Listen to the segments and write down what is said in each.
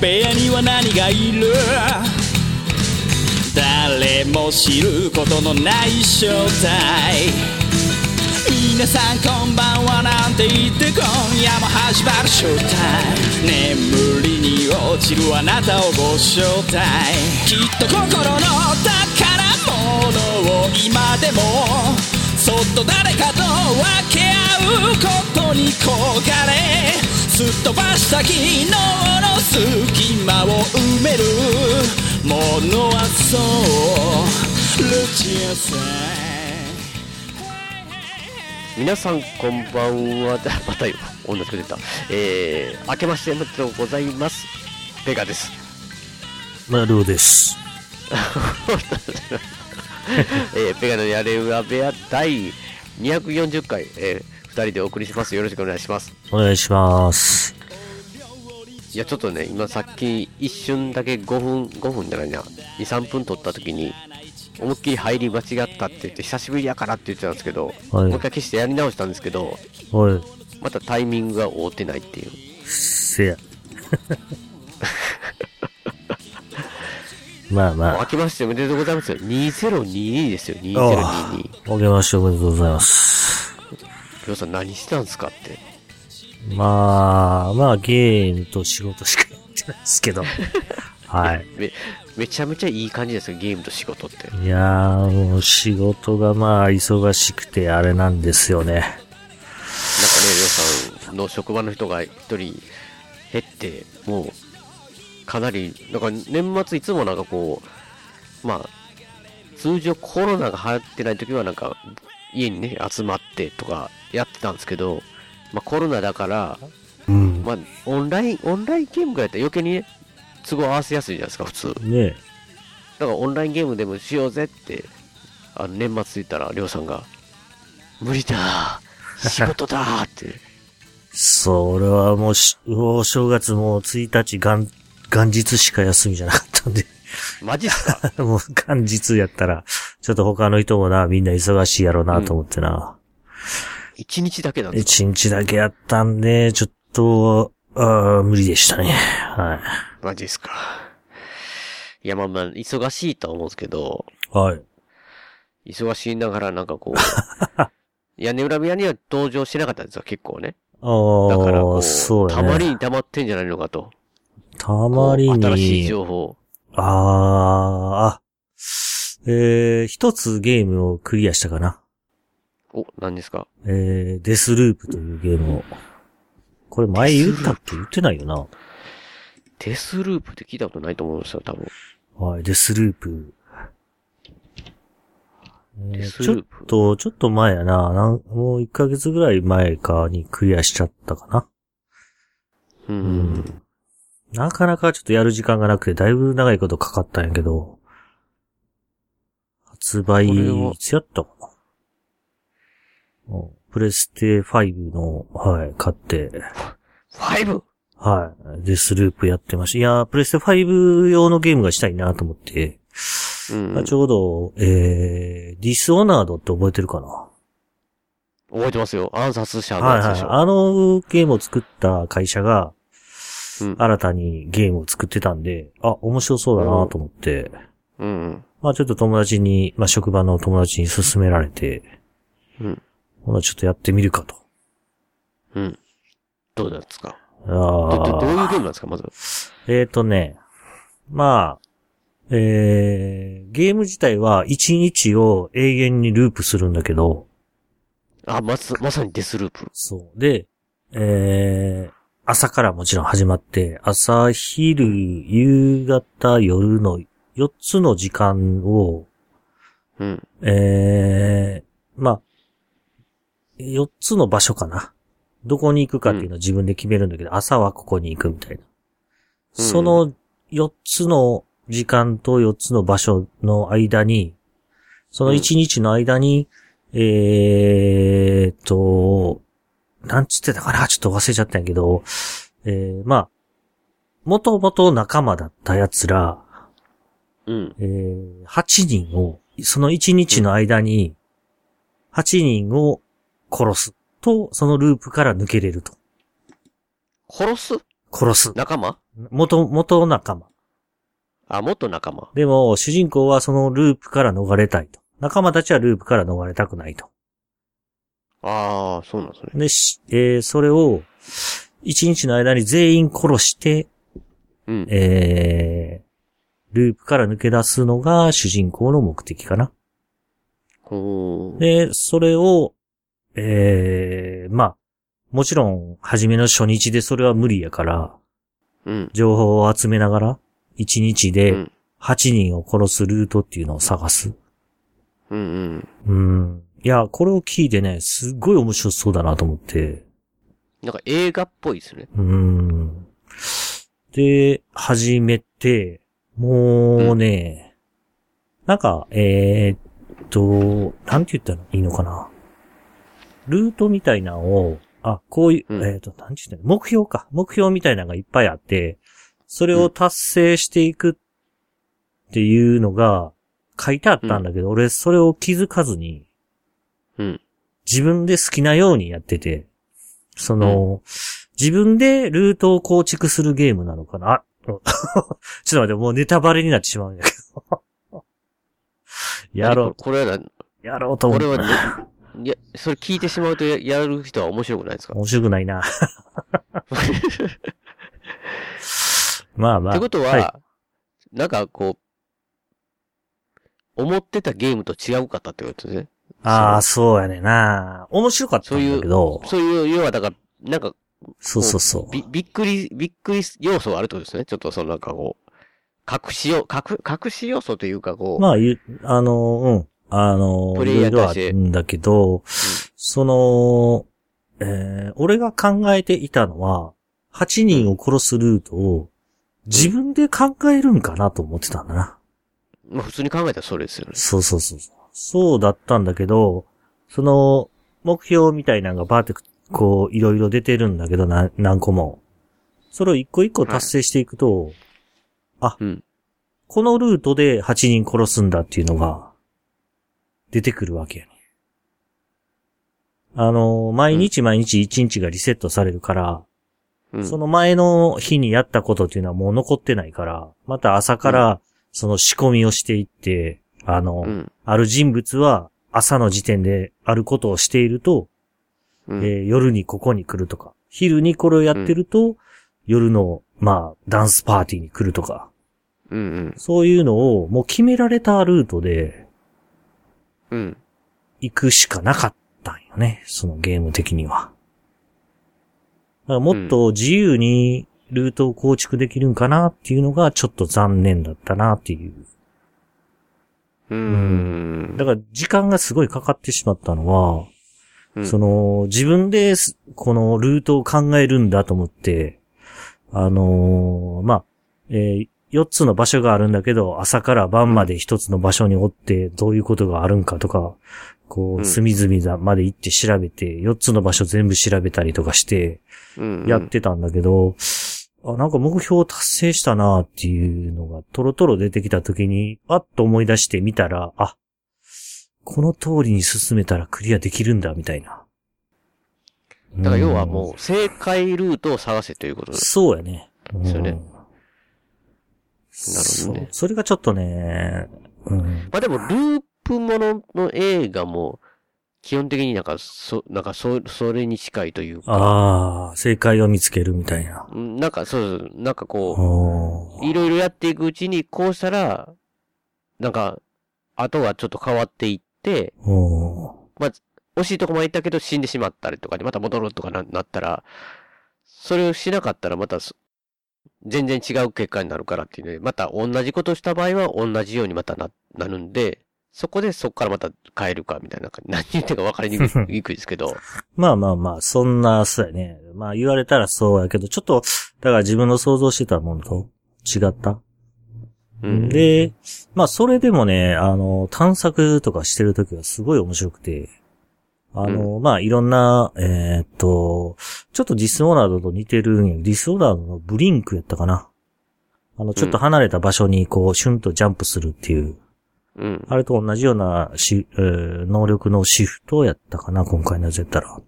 部屋には何がいる誰も知ることのない正体皆さんこんばんはなんて言って今夜も始まるショータイム眠りに落ちるあなたをご招待きっと心の宝物を今でもそっと誰かと分け合うことに焦がれすっ飛ばした昨日の隙間を埋めるものはそうルチアさん皆さんこんばんは。 あまたよ同じく出た。えー、明けましておめでとうございます。ペガです。 まあ、ルオです。えー、ペガのやれうわ部屋第240回、えー、二人でお送りします。よろしくお願いします。お願いします。いや、ちょっとね、今さっき一瞬だけ5分、5分じゃないな、2、3分撮った時に、思いっきり入り間違ったって言って、久しぶりやからって言ってたんですけど、はいもう一回消してやり直したんですけど、おい、またタイミングが合うてないっていう。せや。 まあま明あ。けましておめでとうございますよ。2022ですよ、お2022。うおけましておめでとうございます。りょうさん何してたんですかって。まあ、まあ、ゲームと仕事しかやってないですけど。はい。め、めちゃめちゃいい感じですよ、ゲームと仕事って。いやー、もう仕事がまあ、忙しくてあれなんですよね。なんかね、りょうさんの職場の人が一人減って、もう、かなり、なんか年末いつもなんかこう、まあ、通常コロナが流行ってない時はなんか、家にね、集まってとかやってたんですけど、まあコロナだから、うん。まあオンライン、オンラインゲームがやったら余計にね、都合合わせやすいじゃないですか、普通。だかねらオンラインゲームでもしようぜって、あの年末いったら、りょうさんが、無理だ仕事だーって。 それはもうし、お正月もう1日元、元日しか休みじゃなかったんで。マジっす かもう元日やったら、ちょっと他の人もな、みんな忙しいやろうなと思ってな。一日だけなんですか一、日だけやったんで、ちょっと、あー無理でしたね。はマジっすか。いや、まあまあ、忙しいとは思うんですけど、い。はい。忙しいながらなんかこ う、屋根裏部屋には登場してなかったんですよ、結構ね。だからあこ、あ、そううたやまりね。に溜まってんじゃないのかと。たまりこう新しいに、情報。ああ、あ、えー、一つゲームをクリアしたかな。お、何ですかえー、デスループというゲームを。これ前言ったっけ言ってないよな。デスループって聞いたことないと思うんですよ、多分。はい、デスループ。えデスーちょルーっプ。と、ちょっと前やな。なんもう1ヶ月ぐらい前かにクリアしちゃったかな。う。。うんなかなかちょっとやる時間がなくて、だいぶ長いことかかったんやけど、発売、これはいつやったかな。うんプレステ5の、はい、買って、 5! はい、デスループやってました。いやー、プレステ5用のゲームがしたいなと思って、うん。あちょうど、えー、ディスオナードって覚えてるかな覚えてますよ。暗殺者のはいやつはでいし。ょ。あのゲームを作った会社が、うん新たにゲームを作ってたんで、あ、面白そうだなと思って、うん。まあちょっと友達に、まあ職場の友達に勧められて、うん。ほなちょっとやってみるかと。うん。どうなんですかど、ど、どうあいあ。うゲームなんですか、まず。えっ、とね、まあ、えー、ゲーム自体は1日を永遠にループするんだけど、あ、まさ、まさにデスループ。そう。で、えー、朝からもちろん始まって、朝、昼、夕方、夜の4つの時間を、うん。えー、まあ、4つの場所かな。どこに行くかっていうのは自分で決めるんだけど、朝はここに行くみたいな。うんその4つの時間と4つの場所の間に、その1日の間に、えーっと、なんつってたかなちょっと忘れちゃったんやけど、えー、まあ、もともと仲間だった奴ら、うん。えー8人を、その1日の間に、8人を殺すと、そのループから抜けれると。殺す殺す。仲間元、元仲間。あ、元仲間。でも、主人公はそのループから逃れたいと。仲間たちはループから逃れたくないと。ああ、そうなんですね。で、しえーそれを、一日の間に全員殺して、うん。えーループから抜け出すのが主人公の目的かな。ほう。で、それを、えーまあ、もちろん、初めの初日でそれは無理やから、うん。情報を集めながら、1日うでん。 8人を殺すルートっていうのを探す。うんうん。うん。いや、これを聞いてね、すっごい面白そうだなと思って。なんか映画っぽいですね。うん。で、始めて、もうね、なんか、えーっと、なんて言ったらいいのかな。ルートみたいなのを、あ、こういう、うんえーっと、なんて言ったらいい目標か。目標みたいなのがいっぱいあって、それを達成していくっていうのが書いてあったんだけど、俺それを気づかずに、うん。自分で好きなようにやってて、その、自分でルートを構築するゲームなのかな あちょっと待って、もうネタバレになってしまうんだけど。 やろ何これこれはな、う、やろうと思これって。はね、いや、それ聞いてしまうとややる人は面白くない ですか面白くないな。まあま あ。ってことは、いなんかこう、思ってたゲームと違うかったってことですね。ああ、そうやねんな。面白かったんだけど、そういう、要はだから、なんかそうそうそうび、びっくり、びっくり要素があるってことですね。ちょっとそのなんかこう、隠しよ、隠、隠し要素というかこう、まあ、ゆあの、うん。あの、プレイヤーいろいろとあしてるんだけど、その、えー俺が考えていたのは、8人を殺すルートを自分で考えるんかなと思ってたんだな。まあ普通に考えたらそれですよね。そうそうそうそう。そうだったんだけど、その、目標みたいなのがバーって、こう、いろいろ出てるんだけど、な何個も。それを一個一個達成していくと、あ、うんこのルートで8人殺すんだっていうのが、出てくるわけやね。あの、毎日毎日1日がリセットされるから、うん。その前の日にやったことっていうのはもう残ってないから、また朝から、その仕込みをしていって、あの、うん。ある人物は朝の時点であることをしていると、うん。えー夜にここに来るとか、昼にこれをやってると、夜の、まあ、ダンスパーティーに来るとか、うんうん。そういうのをもう決められたルートでうん。行くしかなかったんよね、そのゲーム的には。だからもっと自由にルートを構築できるんかなっていうのがちょっと残念だったなっていう。うだん。から時間がすごいかかってしまったのは、うんその、自分ですこのルートを考えるんだと思って、あのーまあ、え4つの場所があるんだけど、朝から晩まで1つの場所におって、どういうことがあるんかとか、こうう、ん隅々まで行って調べて、4つの場所全部調べたりとかして、うん。やってたんだけど、あ、なんか目標を達成したなっていうのが、トロトロ出てきた時に、あっと思い出してみたら、あ、この通りに進めたらクリアできるんだ、みたいな。だから要はもう、う正解ルートを探せということん。です。そうやね。うんそうねそうなるほどねそれがちょっとね、うん。まあでも、ループものの映画も、基本的になんか、そ、なんか、そ、それに近いというか、ああ、正解を見つけるみたいな。うんなんか、そうそう、なんかこう、おーいろいろやっていくうちに、こうしたら、なんか、後がちょっと変わっていって、おー惜しいとこまで行ったけど死んでしまったりとかで、また戻るとかななったら、それをしなかったらまたそ、全然違う結果になるからっていうので、また同じことした場合は同じようにまたな、なるんで、そこでそこからまた変えるかみたいな、なんか何言ってるか分かりにくいにくいですけど、まあまあまあ、そんな、そうやね。まあ言われたらそうやけど、ちょっと、だから自分の想像してたものと違った。うん、で、まあそれでもね、あの、探索とかしてるときはすごい面白くて、あの、まあいろんな、えーっと、ちょっとディスオーナードと似てるんやディスオーナードのブリンクやったかな。あの、ちょっと離れた場所にこう、シュンとジャンプするっていう、うん、あれと同じようなし、えー能力のシフトやったかな、今回のやつやったら。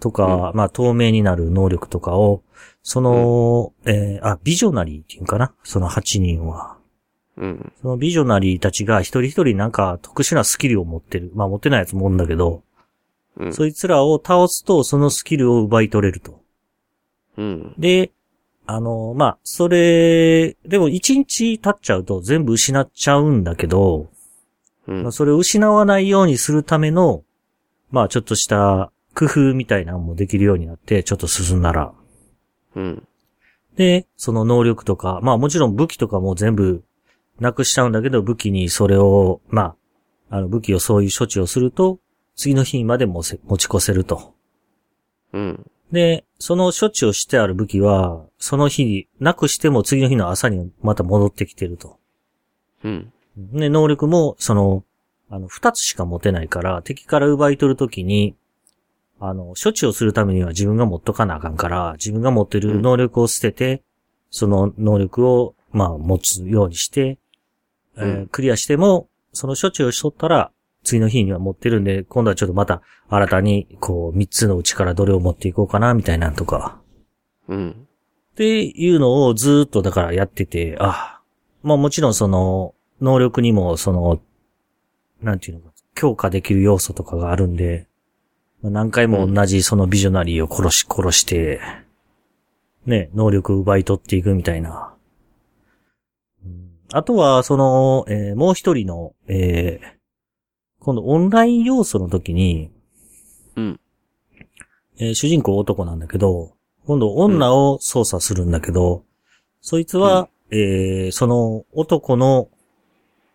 とか、まあ透明になる能力とかを、その、えーあ、ビジョナリーっていうんかなその8人は。うん。そのビジョナリーたちが一人一人なんか特殊なスキルを持ってる。まあ持ってないやつもおるんだけど、うん。そいつらを倒すとそのスキルを奪い取れると。うん。で、あの、まあ、それ、でも一日経っちゃうと全部失っちゃうんだけど、うんまあ、。それを失わないようにするための、まあちょっとした工夫みたいなのもできるようになって、ちょっと進んだら。うん。で、その能力とか、まあもちろん武器とかも全部なくしちゃうんだけど、武器にそれを、まあ、あの武器をそういう処置をすると、次の日までもせ持ち越せると。うん。で、その処置をしてある武器は、その日に、なくしても次の日の朝にまた戻ってきてると。うん。で、能力も、その、あの、二つしか持てないから、敵から奪い取るときに、あの、処置をするためには自分が持っとかなあかんから、自分が持ってる能力を捨てて、その能力を、まあ、持つようにして、えーうんクリアしても、その処置をしとったら、次の日には持ってるんで、今度はちょっとまた、新たに、こう、三つのうちからどれを持っていこうかな、みたいなんとか。うん。っていうのをずーっとだからやってて、あ、まあもちろんその、能力にもその、なんていうのか、強化できる要素とかがあるんで、まあ何回も同じそのビジョナリーを殺し殺して、ね、能力を奪い取っていくみたいな。うんあとは、その、えーもう一人の、えー今度オンライン要素の時に、うんえー主人公男なんだけど、今度女を操作するんだけど、そいつは、えーその男の、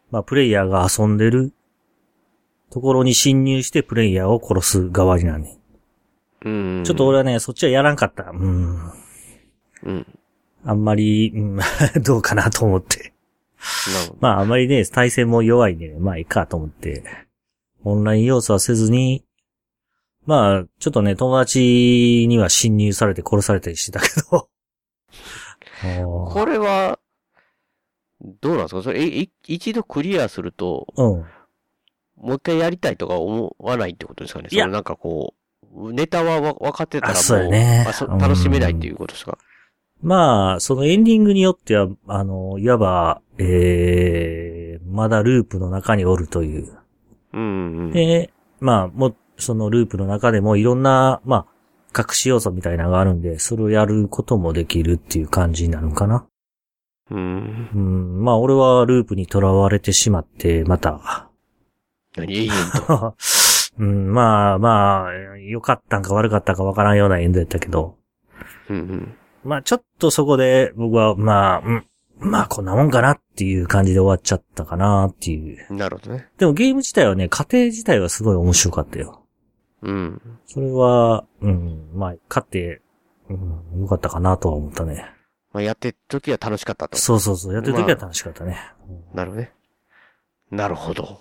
まあ、プレイヤーが遊んでるところに侵入してプレイヤーを殺す側になるね。うん。ちょっと俺はね、そっちはやらんかった。うん。うん。なるあんまり、うん、 どうかなと思って。ほど。まあ、あんまりね、対戦も弱いんで、まあいいかと思って。オンライン要素はせずに、まあ、ちょっとね、友達には侵入されて殺されたりしてたけど。 あーこれは、どうなんですかそれ、いい一度クリアすると、うん。もう一回やりたいとか思わないってことですかねいやそのなんかこう、ネタはわ分かってたらあもう、そうやねあそうん楽しめないっていうことですかまあ、そのエンディングによっては、あの、いわば、ええまだループの中におるという。うんうん。で、まあ、もう、そのループの中でもいろんな、まあ、隠し要素みたいなのがあるんで、それをやることもできるっていう感じになるのかな。うん。うん、まあ、俺はループに囚われてしまって、また、 何いいうん、まあまあ、良かったんか悪かったんかわからんようなエンドやったけど、うんうん。まあ、ちょっとそこで僕は、まあ、うん、まあ、こんなもんかなっていう感じで終わっちゃったかなっていう。なるほどね。でもゲーム自体はね、家庭自体はすごい面白かったよ。うん。それは、うん、まあ、勝って、うん、よかったかなとは思ったね。まあ、やってる時は楽しかったと。そうそうそう、やってる時は楽しかったね。なるほどね。なるほど。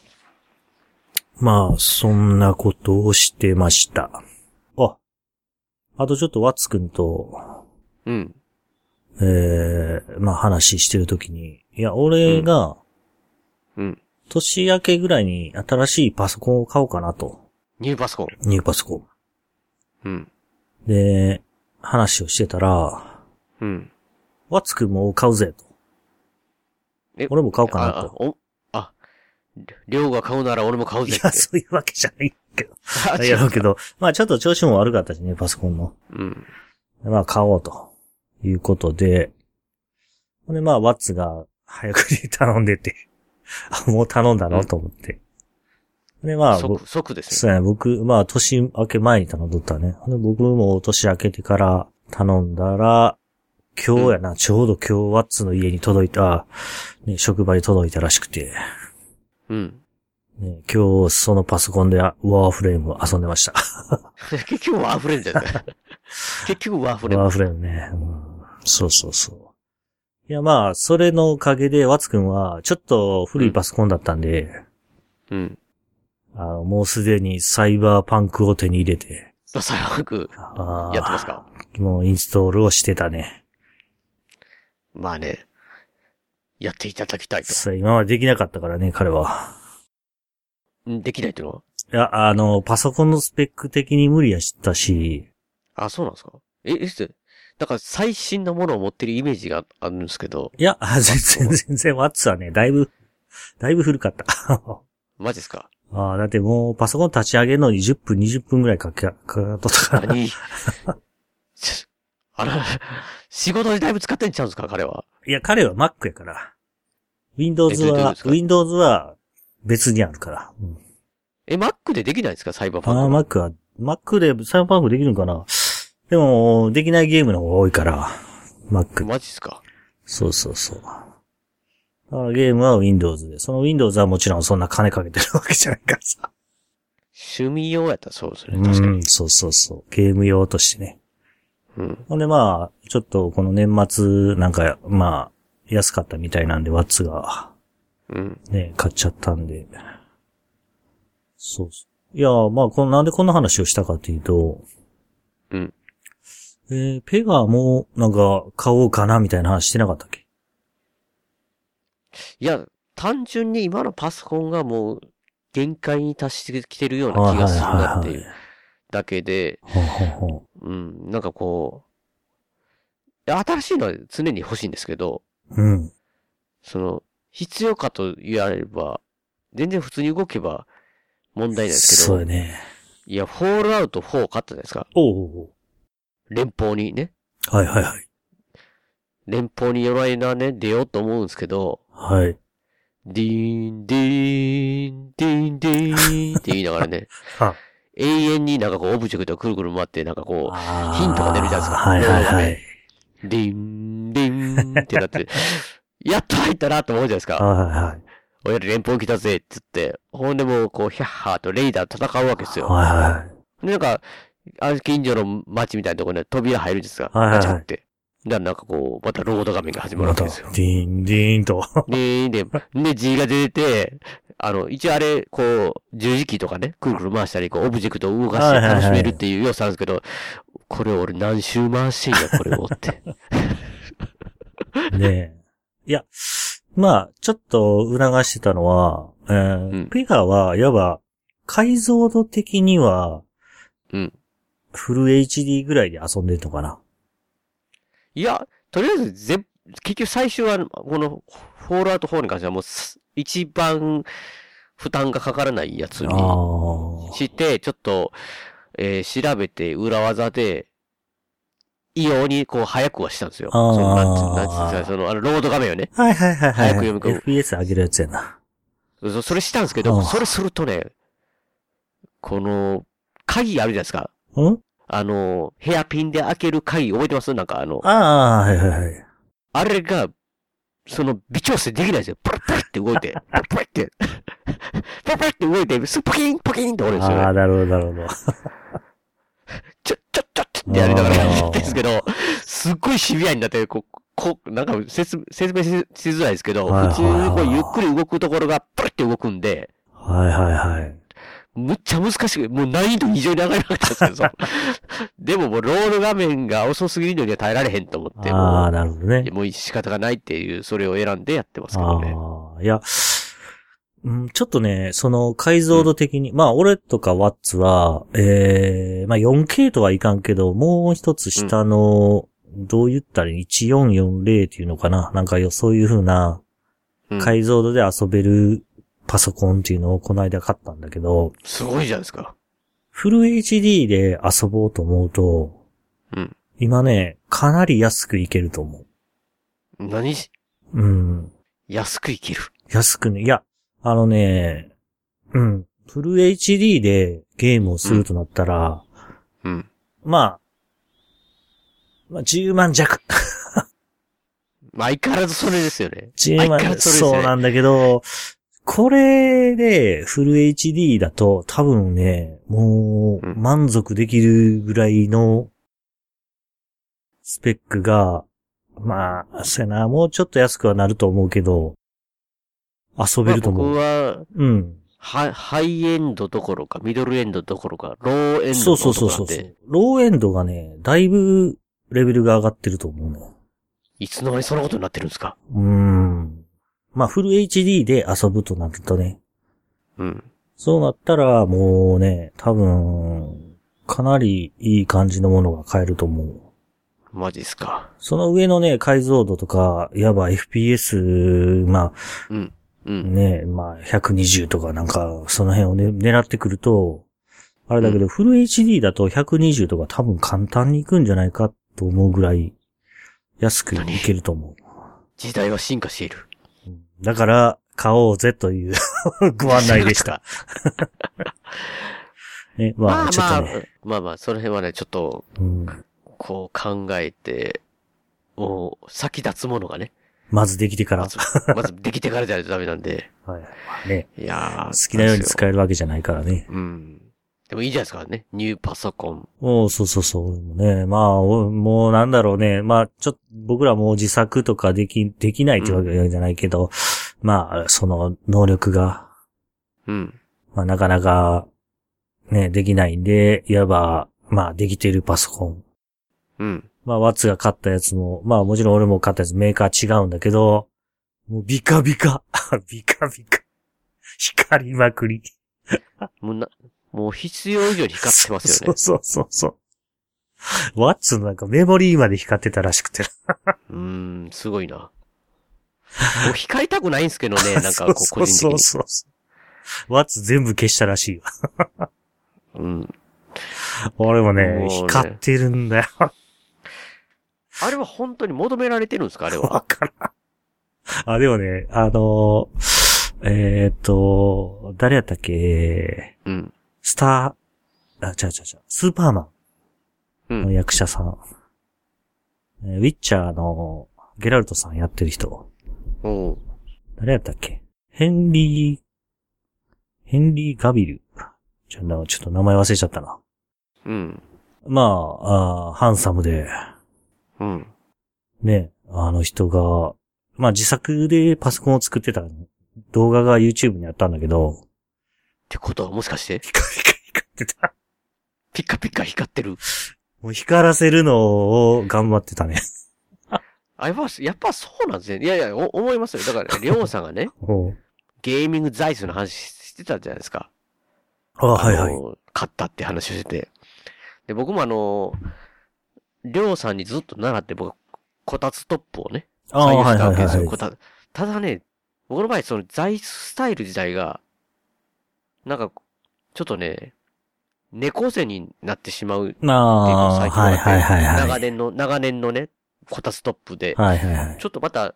まあ、そんなことをしてました。あ、あとちょっとワッツくんと、うん。えー、まあ話してる時に、いや、俺が、うん。年明けぐらいに新しいパソコンを買おうかなと。ニューパソコン。ニューパソコン。うん。で、話をしてたら、うん。ワッツくんも買うぜと。え俺も買おうかなああと。おあ、りょうが買うなら俺も買ういぜって。や、そういうわけじゃないけど。 あやろうけど、まあちょっと調子も悪かったしね、パソコンの。うん。まあ買おうということで、ほんでまあワッツが早くに頼んでて、 あ、もう頼んだうのんと思って。でまあ、僕即、即ですそね。うやね、僕、まあ年明け前に頼んどったね。ほんで僕も年明けてから頼んだら、今日やな、ちょうど今日ワッツの家に届いた、ね、職場に届いたらしくて、うん。ね、今日そのパソコンでワーフレームを遊んでました。結局ワーフレームじゃない 結局ワーフレーム。ワーフレームね。うんそうそうそう。いやまあ、それのおかげで、ワツくんは、ちょっと古いパソコンだったんで、うん。あの、もうすでにサイバーパンクを手に入れて、ドサイバーグあーやってますかもうインストールをしてたね。まあね。やっていただきたいと。そう、今までできなかったからね、彼は。うんできないというのはいや、あの、パソコンのスペック的に無理やしたし、あ、そうなんですかえ、え、ちょっとだから最新のものを持ってるイメージがあるんですけど、いや、あ全然、全然、ワッツはね、だいぶ、だいぶ古かった。 マジですかああ、だってもう、パソコン立ち上げるのに10分、20分ぐらいかけ、かかっとったから。何 ちょあら、仕事でだいぶ使ってんちゃうんですか彼は。いや、彼は Mac やから。Windows えどういうことはです、か Windows は別にあるから。うんえ、Mac でできないんですかサイバーパンああ、クは。 Mac は、Mac でサイバーパンクできるのかなでも、できないゲームの方が多いから、Mac。マジですかそうそうそう。だからゲームは Windows で。その Windows はもちろんそんな金かけてるわけじゃないからさ。趣味用やったらそうですうね。 確かにん、。そうそうそう。ゲーム用としてね。うん。ほんでまあ、ちょっとこの年末なんか、まあ、安かったみたいなんで、ワッツがうん。ね、買っちゃったんで。そうそう。いや、まあ、この、なんでこんな話をしたかというと、うん。えーペガも、なんか、買おうかな、みたいな話してなかったっけいや、単純に今のパソコンがもう限界に達してきてるような気がするなっていうだけで、ほうほうほうん、なんかこう、いや新しいのは常に欲しいんですけど、う。うん。その、必要かと言われれば、全然普通に動けば問題ないですけそうど、やね。いや、フォールアウト4買ったじゃないですか。おうおう連邦にね。おうはいはいはい。連邦によらいなね、出ようと思うんですけど、はい。ディーン、ディーン、ディーン、ディーンって言いながらね、は永遠になんかこうオブジェクトくるくる回って、なんかこあヒントが出るじゃないですかはいはいはい。う、ディーン、ディーンってな って、やっと入ったなと思うじゃないですか。はいはいはい。俺ら連邦来たぜって言って、ほんでもうこう、ヒャッハーとレイダー戦うわけですよ。はいはいで、なんか、あの近所の町みたいなところに扉入るんですが、はいはいガはいチャって。だからなんかこう、またロード画面が始まるまわた、けデですよ。ィーン、ディーンと。で、で、で、G が出て、あの、一応あれ、こう、十字キーとかね、くるくる回したり、こう、オブジェクトを動かしはていはいは楽いしめるっていう要素なんですけど、これ俺何周回してんや、これをって。ねえ。いや、まあ、ちょっと促してたのは、えーうんペガは、いわば、解像度的には、うんフル HD ぐらいで遊んでるのかな。いや、とりあえず、ぜ、結局最初は、この、フォールアウト4に関してはもうす、一番、負担がかからないやつにああ。して、ちょっと、えー調べて、裏技で、異様に、こう、早くはしたんですよ。あーそのなんつなんつうんですかその、あの、ロード画面をね。はいはいはいはい。早く読み込む FPS 上げるやつやな。そそれしたんですけあど、ーそれするとね、この、鍵あるじゃないですか。うんあの、ヘアピンで開ける鍵覚えてますなんかあの、ああ、はいはいはい。あれが、その、微調整できないんですよ。プルプルって動い て、プルプルって、 プルプルって動いて、スポキン、ポキンって折るんですよあねあ、。なるほどなるほど。ちょ、ちょ、ちょ、ちょってやりながらあーやってんですけど、すっごいシビアになって、こう、こう、なんか説明、説明ししづらいですけど、はいはい普通にこう、ゆっくり動くところが、プルって動くんで、はいはいはい。むっちゃ難しく、もう難易度非常に上がりまったんですけ ど、でももう、ロール画面が遅すぎるのには耐えられへんと思って、あもあ、なるほどねう、。もう仕方がないっていう、それを選んでやってますけどね。ああ、いや、うん、ちょっとね、その解像度的に、まあ、俺とかワッツは、ええまあ 4K とはいかんけど、もう一つ下の、どう言ったらいい1440っていうのかななんかよ、そういう風なうん解像度で遊べるパソコンっていうのをこの間買ったんだけど、すごいじゃないですか。フル HD で遊ぼうと思うと、うん今ね、かなり安くいけると思何しう。うん。安くいける。安くね、いや、あのね、うん、フル HD でゲームをするとなったら、うん。まあ、まあ、10万弱。 まあ、相変わらずそれですよね。 10相万変わらずそれですねそうなんだけど、これでフル HD だと多分ね、もううん満足できるぐらいのスペックが、まあ、そうやな、もうちょっと安くはなると思うけど、遊べまあると思僕う。は、うん。ハハイエンドどころか、ミドルエンドどころか、ローエンドそのうそとうころなんそうそうそでう、。ローエンドがね、だいぶレベルが上がってると思うね。いつの間にそんなことになってるんですかうーん。まあ、フル HD で遊ぶとなるとね、うん。そうなったらもうね、多分、かなりいい感じのものが買えると思う。マジっすか。その上のね、解像度とか、いわば FPS、まうん。うあん。ね、まあ120とかなんか、その辺をね、狙ってくると、あれだけど、フル HD だと120とか多分簡単にいくんじゃないかと思うぐらい、安くいけると思時代は進化している。う。うんだから、買おうぜという ご案内で した。ね、まあ、ちょっまとあね、、まあまあ、その辺はね、ちょっと、うんこう考えて、もう、先立つものがね、まずできてからま、ず、まずできてからじゃないとダメなん で、はいね、いやー好きなようにんです使えるわけじゃないからね。うん。でもいいじゃないですかね。ニューパソコン。おうそうそうそう。俺もね、まあ、おもうなんだろうね。まあ、ちょっと、僕らもう自作とかでき、できないってわけじゃないけど、まあ、その、能力が、うん。まあ、なかなか、ね、できないんで、いわば、まあ、できてるパソコン。うん。まあ、ワッツが買ったやつも、まあ、もちろん俺も買ったやつ、メーカー違うんだけど、もうビカビカ。 ビカビカ。光りまくり。もうな、もう必要以上に光ってますよね。そうそうそうそう。ワッツのなんかメモリーまで光ってたらしくて。うーん、すごいな。もう光りたくないんですけど ね、なんかこう、個人的そうに。そうそう。ワッツ全部消したらしいよ。うん。 俺もね、もうね光ってるんだよ。 あれは本当に求められてるんですかあれ わは。からん。あ、でもね、あのーえーっ、と、誰やったっけうん。スター、あ、違う違う違う、スーパーマうンのん。役者さん。えーウィッチャーのゲラルトさんやってる人。おう誰やったっけヘンリー、ヘンリー・ガビル。ちょっとちょっと名前忘れちゃったな。うん。まあ、あーハンサムで、うん。ね、あの人が、まあ自作でパソコンを作ってた動画が YouTube にあったんだけど、ってことはもしかして、ピカピカ光ってた。ピッカピカ光ってる。もう光らせるのを頑張ってた ね。あれは、やっぱそうなんですね。いやいや、お思いますよ。だから、りょうさんが ね、ゲーミング財政の話してたじゃないですか。あはいはあい。の買ったって話をしてて。で、僕もあの、りょうさんにずっと習って、僕、こたつトップをね、あ採用はしいたはわいけはですよ。いこ。たただね、僕の場合、その、材スタイル自体が、なんか、ちょっとね、猫背になってしまうってまいうのをあ、最近はいはいはい分かっては長い。年の、長年のね、こたつトップで、はいはいはい。ちょっとまた、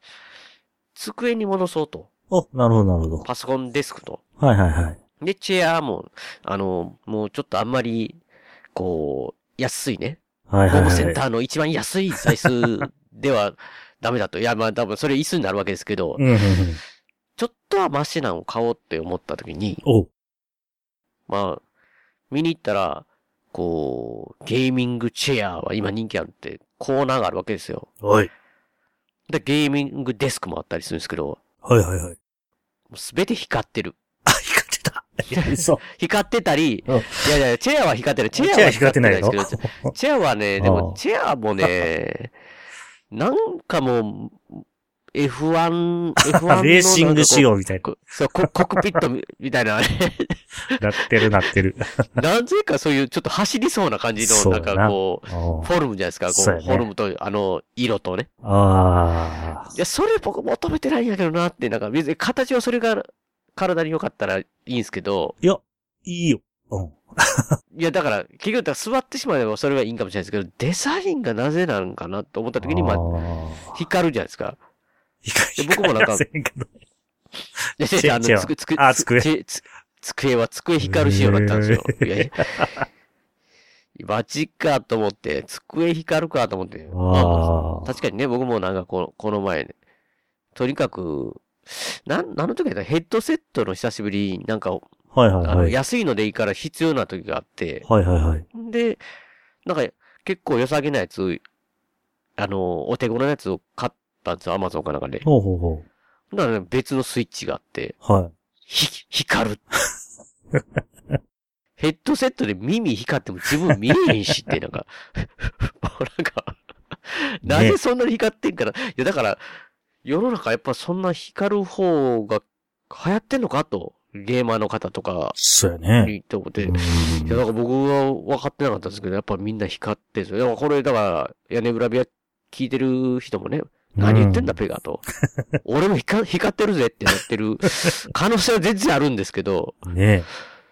机に戻そうと。お、なるほどなるほど。パソコンデスクと。はいはいはい。で、チェアも、あの、もうちょっとあんまり、こう、安いね。はいホはいームセンタはい。ーの一番安い材質ではダメだと。いや、まあ多分それ椅子になるわけですけどう、んうんうん。ちょっとはマシなのを買おうって思った時に、おまあ、見に行ったら、こう、ゲーミングチェアは今人気あるってコーナーがあるわけですよ。はい。で、ゲーミングデスクもあったりするんですけど、はいはいはい。すべて光ってる。あ、光ってた。そう。光ってたり、うんいやいや、チェアは光ってる。チチェェアアはは光光っっててなないいのですけ ど、チェアはね、でああも、チェアもね、なんかもう、F1、F1 のレーシング仕よ様みたいこそう、ココックピットみみたいなね、になってるなってる。 なぜかそういうちょっと走りそうな感じその、なうだんなかこう、あフォルムじゃないですか、こそうう、やねフォルムと、あの、色とね。あいや、それ僕求めてないんやけどなって、なんか別に形はそれが体に良かったらいいんですけど、ー。いや、いいよ。うん。いや、だから、結局、座ってしまえばそれはいいんかもしれないですけど、デザインがなぜなんかなと思った時に、まあ、あー光るじゃないですか。 光僕もなんか光らせんけどいや、先チ生、ェあチェの、はつく、つく、あつ机つつ机は机光る仕様だったんですよ。へーいやいや、 マジかと思って、机光るかと思って。あー確かにね、僕もなんかこの、この前ね、とにかく、なん、何の時だったヘッドセットの久しぶりに、なんか、はいはあいはの、い。安いのでいいから必要な時があって、はいはいはい。で、なんか、結構良さげなやつ、あの、お手頃なやつを買ったんですよ、アマゾンかなんかで。ほうほうほだから、ね、別のスイッチがあって、う。はい。ひ、光る。 ヘッドセットで耳光っても自分見えへんしって、なんか、 もうなんか、なぜそんなに光ってんかな。いや、だから、世の中やっぱそんな光る方が流行ってんのかと。ゲーマーの方とかそうやね。にと思って、うんいや、なんか僕は分かってなかったんですけど、やっぱみんな光ってるんですよ。だからこれ、だから、屋根裏部屋聞いてる人もね、何言ってんだ、ペガと。俺も光光ってるぜってなって る可能性は全然あるんですけど、ね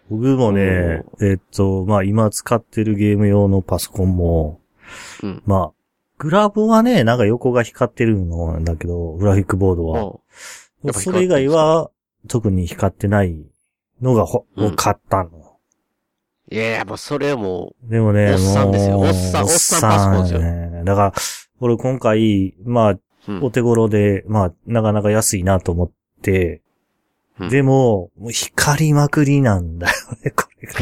僕もね、えっと、まあ今使ってるゲーム用のパソコンも、うんまあ、グラボはね、なんか横が光ってるのなんだけど、グラフィックボードは。もやっぱ光ってるそれ以外は、特に光ってないのがほ、うん買ったの。ういやいや、もうそれはもでもね、おっさんですよもうおっさんおっさんパソコンですよおっさんねだから、俺今回、まあ、う、うんお手頃で、まあ、なかなか安いなと思って、うんでも、もう光りまくりなんだよね、こ れが。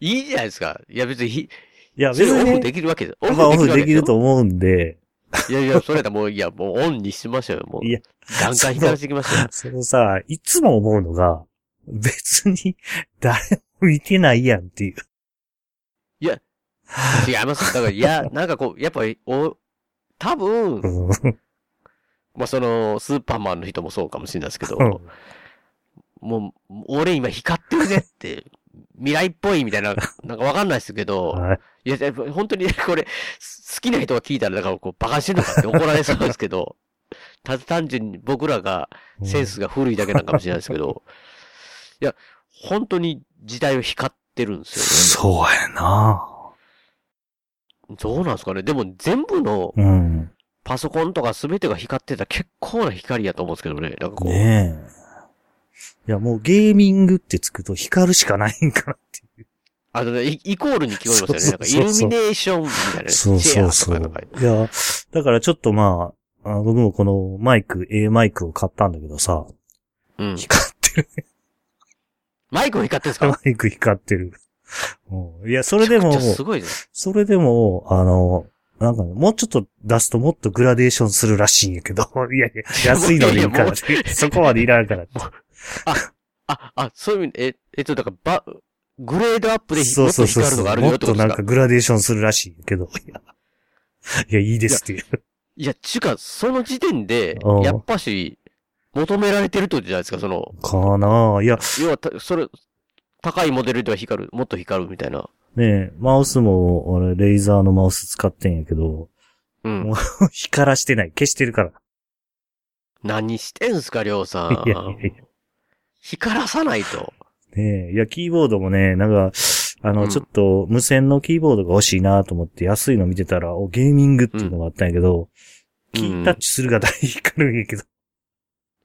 いいいじゃないですか。いや、別にひ、や、別それオフにでね、きるわけで、オまあオフできるわと思うんで、けですよ。いやいや、それだもう、いや、もうオンにしましょうよ、もう。いや、ガンガン光らせてきましょうよ。そのさ、いつも思うのが、別に誰も見てないやんっていう。違います。だから、いや、なんかこう、やっぱり、お、多分、うんまあ、その、スーパーマンの人もそうかもしれないですけど、もう、俺今光ってるぜって、未来っぽいみたいな、なんかわかんないですけど、 はいいや、やっぱ本当に これ、す好きな人が聞いたら、だからこう、バカしてんのかって怒られそうですけ ど、ただ単純に僕らがセンスが古いだけなんかもしれないですけど、いや、本当に時代は光ってるんですよね。そうやなそうなんですかね。でも全部のうん。パソコンとか全てが光ってたら結構な光やと思うんですけどね。なんかこう、ねえ。いや、もうゲーミングってつくと光るしかないんかな。あのね、イイコールに聞こえますよね。そなんうかそうイそうルミネーションみたいなね。そうそうそチェうアとかなんかいや、だからちょっとまあ、あ僕もこのマイク、A マイクを買ったんだけどさ、うん。光ってる、マイクを光ってるんですマかイク光ってる。うんいや、それでもめちゃ、くちゃすごいね。それでも、あの、なんかね、もうちょっと出すともっとグラデーションするらしいんやけど、 いやいや、安いのでいいからって、そこまでいらんからって。あ、あ、そういう意味で、え、えっと、だから、ば、グレードアップでひそもうっそとうそう光るそのがあう。るよもっってこととですなかんかグラデーションするらしいけど、いや、いや、いいですっていう。いや、ちゅうか、その時点でうん、やっぱし、求められてるってことじゃないですか、その、かなあいや、要はた、それ、高いモデルでは光る、もっと光るみたいな。ねえ、マウスも、俺、レイザーのマウス使ってんやけど、 うんも。光らしてない。消してるから。何してんすか、りょうさいやいんやい。光らさないと。ねえ、いや、キーボードもね、なんか、あの、うんちょっと、無線のキーボードが欲しいなと思って、安いの見てたら、お、ゲーミングっていうのがあったんやけど、キータッチするが大光るんやけど、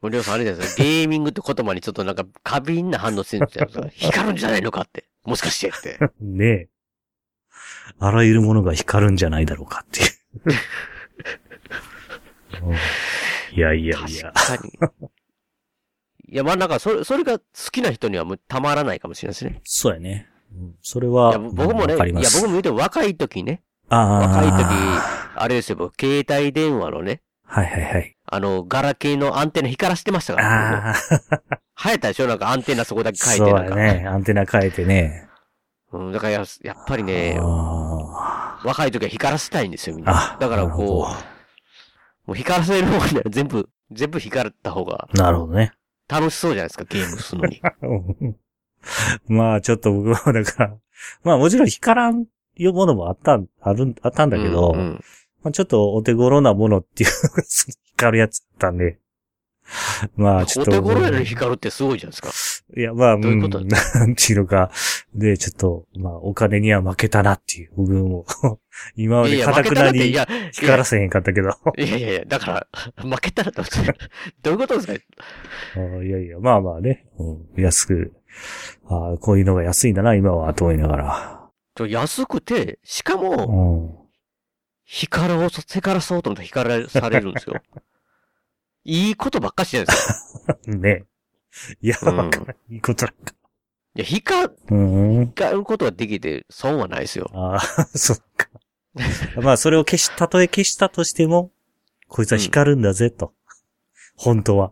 もうりょうさん、あれじゃないですか、ゲーミングって言葉にちょっとなんか、過敏な反応してるんですよ。光るんじゃないのかって。もしかしてって。 ねえ。あらゆるものが光るんじゃないだろうかっていう。うん いやいやいや。確かに。いや、まあなんか、それ、それが好きな人にはもうたまらないかもしれないですね。そうやね。うんそれいは、や、僕もね、わいかりや、ます。僕も言うても若い時ね、あー若い時、あれですよ、僕携帯電話のね、はいはいはい。あの、ガラケーのアンテナ光らしてましたから、ね。ああ、流行ったでしょなんかアンテナそこだけ変えそうて、だなんか。ね。アンテナ変えてね。うん、だからや、やっぱりね、あ若い時は光らせたいんですよ、みんあな。。だからこなるほう、もう光らせる方が全部、全部光った方がど。なるほどね。楽しそうじゃないですか、ゲームするの に。うん まあ、ちょっと僕は、だから、まあもちろん光らんいうものもあった、あるん、あったんだけど、うんうんまあ、ちょっとお手頃なものっていうのが、その光るやつだったんで。まあ、ちおょっと。手頃やのに光るってすごいじゃないですか。いや、まあ、どういうことんなんていうのか。で、ちょっと、まあ、お金には負けたなっていう、僕も。 今まいやいでや、かた負けくたらなって、いにや、光らせへんかったけど。 いやいやいや、だから、 負けたらって、どういうことですかあーいやいや、まあまあね。うん、安く。あーこういうのが安いんだな、今は、と思いながら。ちょ安くて、しかうも、ん。光らせ、光らそうと思って光らされるんですよ。 いいことばっかしじゃないですか。ね。いや、うんわかんない。いいことなんか。いや、光うん。光ることができて、損はないですよ。ああ、 そっか。まあ、それを消し、たとえ消したとしても、こいつは光るんだぜ、と。本当は。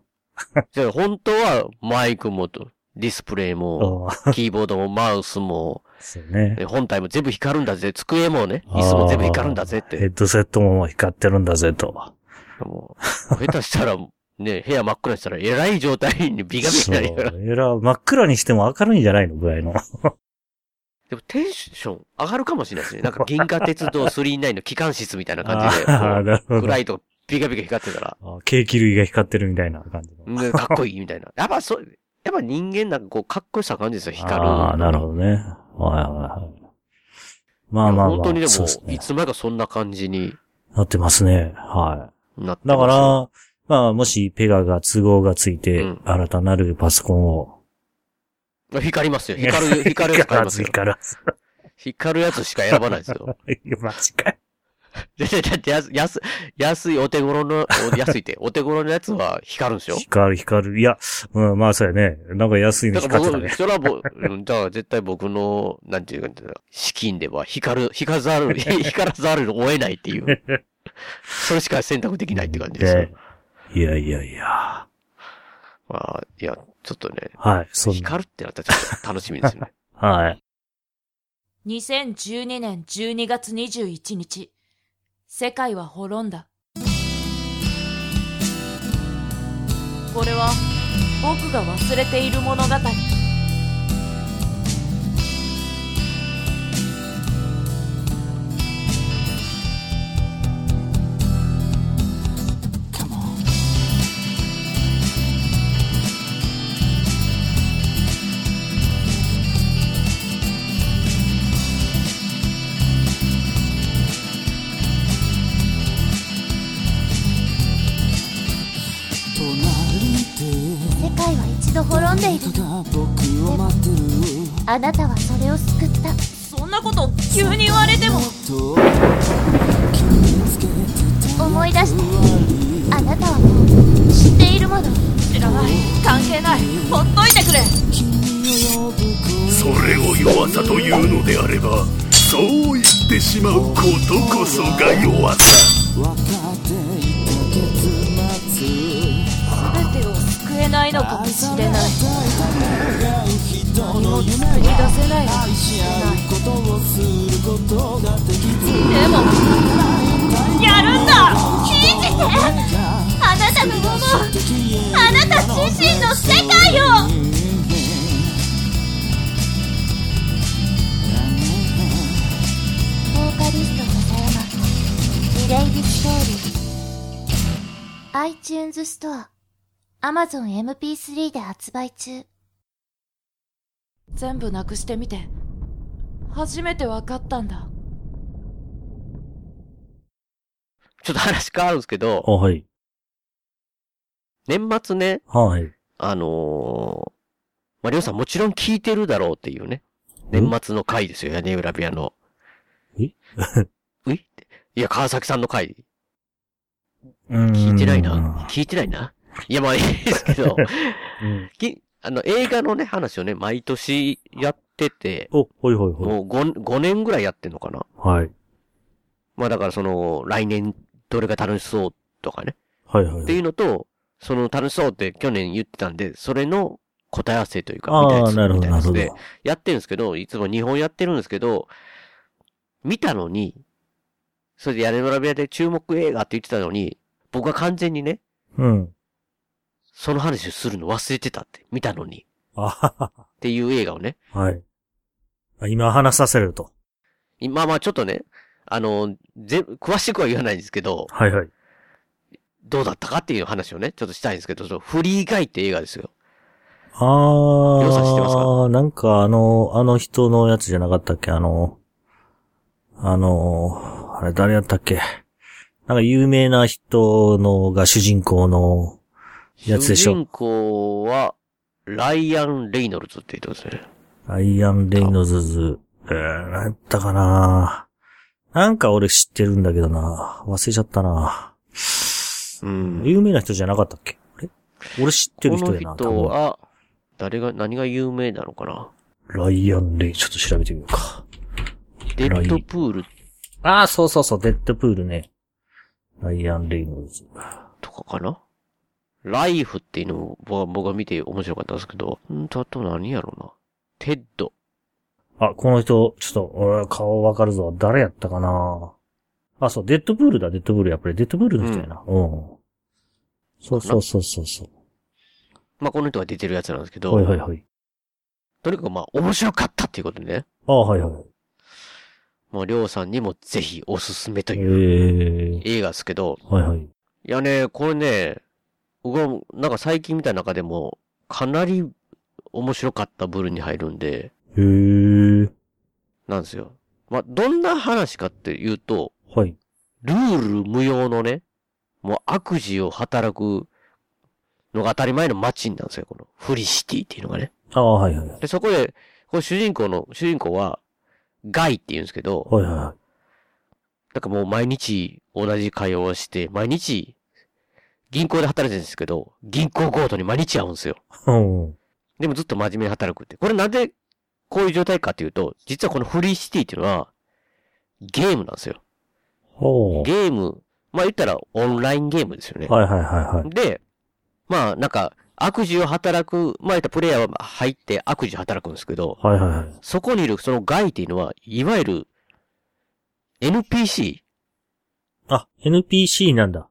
じゃあ本当は、マイクもと、ディスプレイも、ああ、キーボードも、マウスも、そうね。え本体も全部光るんだぜ、机もね、椅子も全部光るんだぜっヘて。ッドセットも光ってるんだぜ、と。もう下手したら、ね、部屋真っ暗にしたら、えらい状態にビカビカそになう。りながら。えら、真っ暗にしても明るいんじゃないのぐらいの。でもテンション上がるかもしれないですね。なんか銀河鉄道999の機関室みたいな感じで、 ああ、なるこうほど。暗いとこビカビカ光ってたら、あケーキ類が光ってるみたいな感じの。うんかっこいいみたいな。 やっぱそう、やっぱ人間なんかこうかっこよさ感じですよ、光る。ああ、なるほどね。はいはいはい。まあまあまあ。本当にでそうも、すねいつまでかそんな感じになってますね。はなってい。だまかすよ、ら、まあ、もしペガが都合がついて、うん新たなるパソコンを。光りますよ。光 る、光るやつ買いますよ。光らず、光るやつしか選ばないです よ。光らず。マジかよ。でだって安、安、安いお手頃の、お安いって、お手頃のやつは光るんですよ。光る、光る。いや、うん、まあそうやね。なんか安いのだから光って僕、そたね。れは 僕、うんだから絶対僕の、なんていうか、資金では光る、光らざ る、光らざるを得ないっていう。それしか選択できないって感じですよ。いやいやいや。まあ、いや、ちょっとね、はい、そんな。光るってなったらちょっと楽しみですよね。 はい。 2012年12月21日、世界は滅んだ。これは僕が忘れている物語。隣世界は一度滅んでいるでが僕を待ってるあなたはそれを救ったそんなこと急に言われても、と気をつけてた思い出してあなたはもう知っているもの知らない。関係ない。ほっといてくれ。君を呼ぶそれを弱さというのであればそう言ってしまうことこそが弱さ声分かっていた結末全てを救えないのかもしれない。願う人何も作り出せないのかもししれない合。うことをすることができずでも、やるんだ信じてあなたのものあなた自身の世界をボーカリスト笹山リレイビストーリー iTunes ストア Amazon MP3 で発売中全部なくしてみて、初めて分かったんだ。ちょっと話変わるんですけあ、ど、はい。年末ね、はい。あのー、まあ、りょうさんもちろん聞いてるだろうっていうね。うん年末の回ですよ、屋根裏部屋の。え えっていや、川崎さんの回。聞聞いてないな。。聞いてないな。いや、まあいいですけど、うん。きあの、映画のね、話をね、毎年やってて、お、ほいほいほい。もう 5, 5年ぐらいやってんのかな。はい。まあだからその、来年どれが楽しそうとかね。はいはいっはていい。うのと、その楽しそうって去年言ってたんで、それの答え合わせというか、みたいあなあ、なるほど、みたいなるやつほど。で、やってるんですけど、いつも日本やってるんですけど、見たのに、それで屋根裏部屋で注目映画って言ってたのに、僕は完全にね、うん。その話をするの忘れてたって、見たのに、あはははっていう映画をね、はい。あ今話させると。今まあちょっとね、あの、ぜ、詳しくは言わないんですけど、はいはい。どうだったかっていう話をね、ちょっとしたいんですけど、そのフリーガイって映画ですよ。ありょうさん知ってますー、なんかあの、あの人のやつじゃなかったっけあの、あの、あれ誰やったっけなんか有名な人のが主人公の、やつでしょ主人公は、ライアン・レイノルズって言ってますね。ライアン・レイノズズ、えー、なんやったかななんか俺知ってるんだけどな忘れちゃったなうん。有名な人じゃなかったっけあれ俺知ってる人やなこの人は、誰が、何が有名なのかな多分ライアン・レイ、ちょっと調べてみようか。デッドプールああ、そうそうそう、デッドプールね。ライアン・レイノズ。とかかなライフっていうのを僕は僕が見て面白かったんですけど、んとあと何やろうな。テッド。あ、この人、ちょっと、俺は顔わかるぞ。誰やったかなあ、そう、デッドプールだ、デッドプール。やっぱりデッドプールの人やな。うん。そうそうそうそうそまあ、この人が出てるやつなんですけう。ど、はいはいはい。とにかくまあ、面白かったっていうことでね、ああ、はいはい。まあ、りょうさんにもぜひおすすめとえいうえ映画ですけど、はいはい。いやね、これね、僕は、なんか最近見た中でも、かなり面白かった部類に入るんで、へえ。なんですよ。まあ、どんな話かっていうと、はい。ルール無用のね、もう悪事を働くのが当たり前の街なんですよ、このフリシティっていうのがね。ああ、はいはい。はいで、そこで、この主人公の、主人公は、ガイって言うんですけど、はいはなんかもう毎日同じ会話をして、毎日、銀行で働いてるんですけど、銀行強盗に毎日会うんですよ。い。うん。でもずっと真面目に働くって。これなんで、こういう状態かっていうと、実はこのフリーシティっていうのは、ゲームなんですよ。ほゲーム、まあ言ったらオンラインゲームですよね。う。はいはいはいはい。で、まあなんか、悪事を働く、まあ言ったらプレイヤーは入って悪事働くんですけど、はいはいはい。そこにいるその害っていうのは、いわゆる、NPC、あ、NPC なんだ。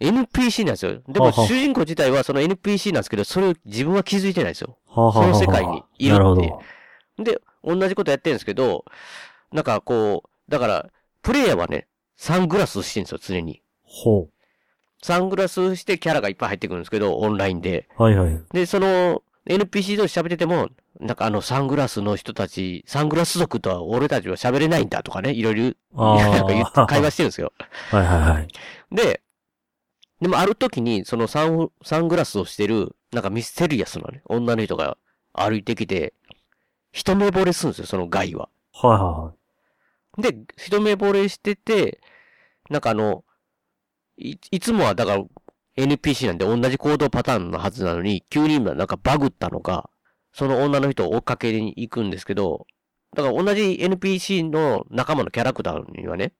NPC なんですよ。でもはあはあ主人公自体はその NPC なんですけど、それを自分は気づいてないんですよ。はあ、はあはあはあその世界にいるってなるほど。で、同じことやってるんですけど、なんかこう、だから、プレイヤーはね、サングラスしてるんですよ、常に。ほサングラスしてキャラがいっぱい入ってくるんですけど、オンラインで。う。はいはい。で、その、NPC 同士喋ってても、なんかあの、サングラスの人たち、サングラス族とは俺たちは喋れないんだとかね、いろいろ、あーなんか言って会話してるんですよ。はいはいはい。で、でもある時に、そのサン、サングラスをしてる、なんかミステリアスなね、女の人が歩いてきて、一目惚れするんですよ、そのガイは。はいはで、一目惚れしてて、なんかあの、い、いつもはだから NPC なんで同じ行動パターンのはずなのに、急に今なんかバグったのか、その女の人を追っかけに行くんですけど、だから同じ NPC の仲間のキャラクターにはね、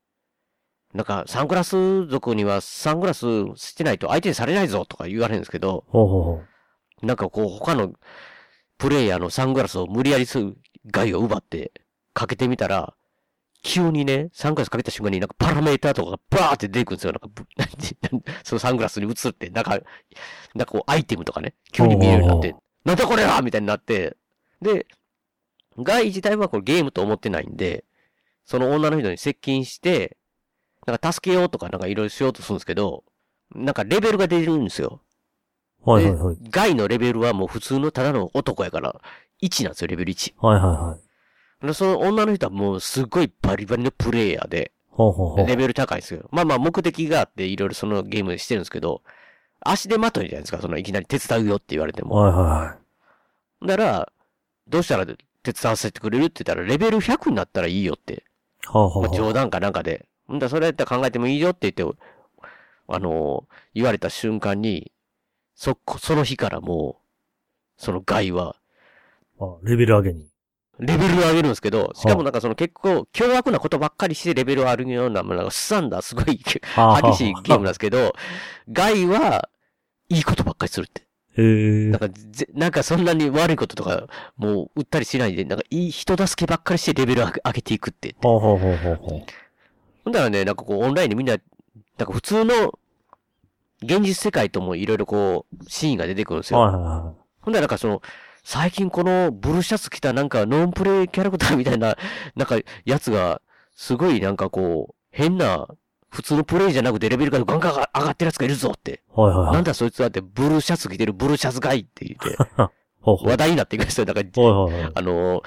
なんかサングラス族にはサングラスしてないと相手にされないぞとか言われるんですけど、い。ほうほうほなんかこう他のプレイヤーのサングラスを無理やりすぐ害を奪ってかけてみたら、急にね、サングラスかけた瞬間になんかパラメーターとかがバーって出てくるんですよ。なんか ぶ、なんてなんそのサングラスに映って、なんか、なんかこうアイテムとかね、急に見えるようになっおて、なんだこれはみたいになって、で、ガイ自体はこれゲームと思ってないんで、その女の人に接近して、なんか助けようとかなんかいろいろしようとするんですけど、なんかレベルが出るんですよ。う。はいではいはい。ガイのレベルはもう普通のただの男やから、1なんですよ、レベル1。はいはいはい。でその女の人はもうすごいバリバリのプレイヤーで、ほうほうほう。レベル高いんですよ。まあまあ目的があっていろいろそのゲームしてるんですけど、足手まといじゃないですか、そのいきなり手伝うよって言われても。はいはなら、どうしたら手伝わせてくれるって言ったら、レベル100になったらいいよって。い。はあはあまあ、は冗談かなんかで。んだ、それやったら考えてもいいよって言って、あのー言われた瞬間に、そ、その日からもう、そのガイは、あ。あレベル上げに。レベルを上げるんですけど、しかもなんかその結構凶悪なことばっかりしてレベルを上げるような、なんかすさんだ、すごい激しい はあはあゲームなんですけど、害は、いいことばっかりするって。へえなん。かぜ、なんかそんなに悪いこととか、もう売ったりしないで、なんかいい人助けばっかりしてレベルを上げ上げていくって。ほうほうほうほうほう。ほんだらね、なんかこうオンラインでみんな、なんか普通の、現実世界ともいろいろこう、シーンが出てくるんですよ。はいはいはほんで、なんかその、最近このブルーシャツ着たなんかノンプレイキャラクターみたいな、なんかやつが、すごいなんかこう、変な、普通のプレイじゃなくてレベルがガンガン上が上がってるやつがいるぞって。い。はいはいなはんい。だそいつだってブルーシャツ着てるブルーシャツがいって 言って、ほうほう。話題になっていくんですよ。なんか、はいはいはい。あのー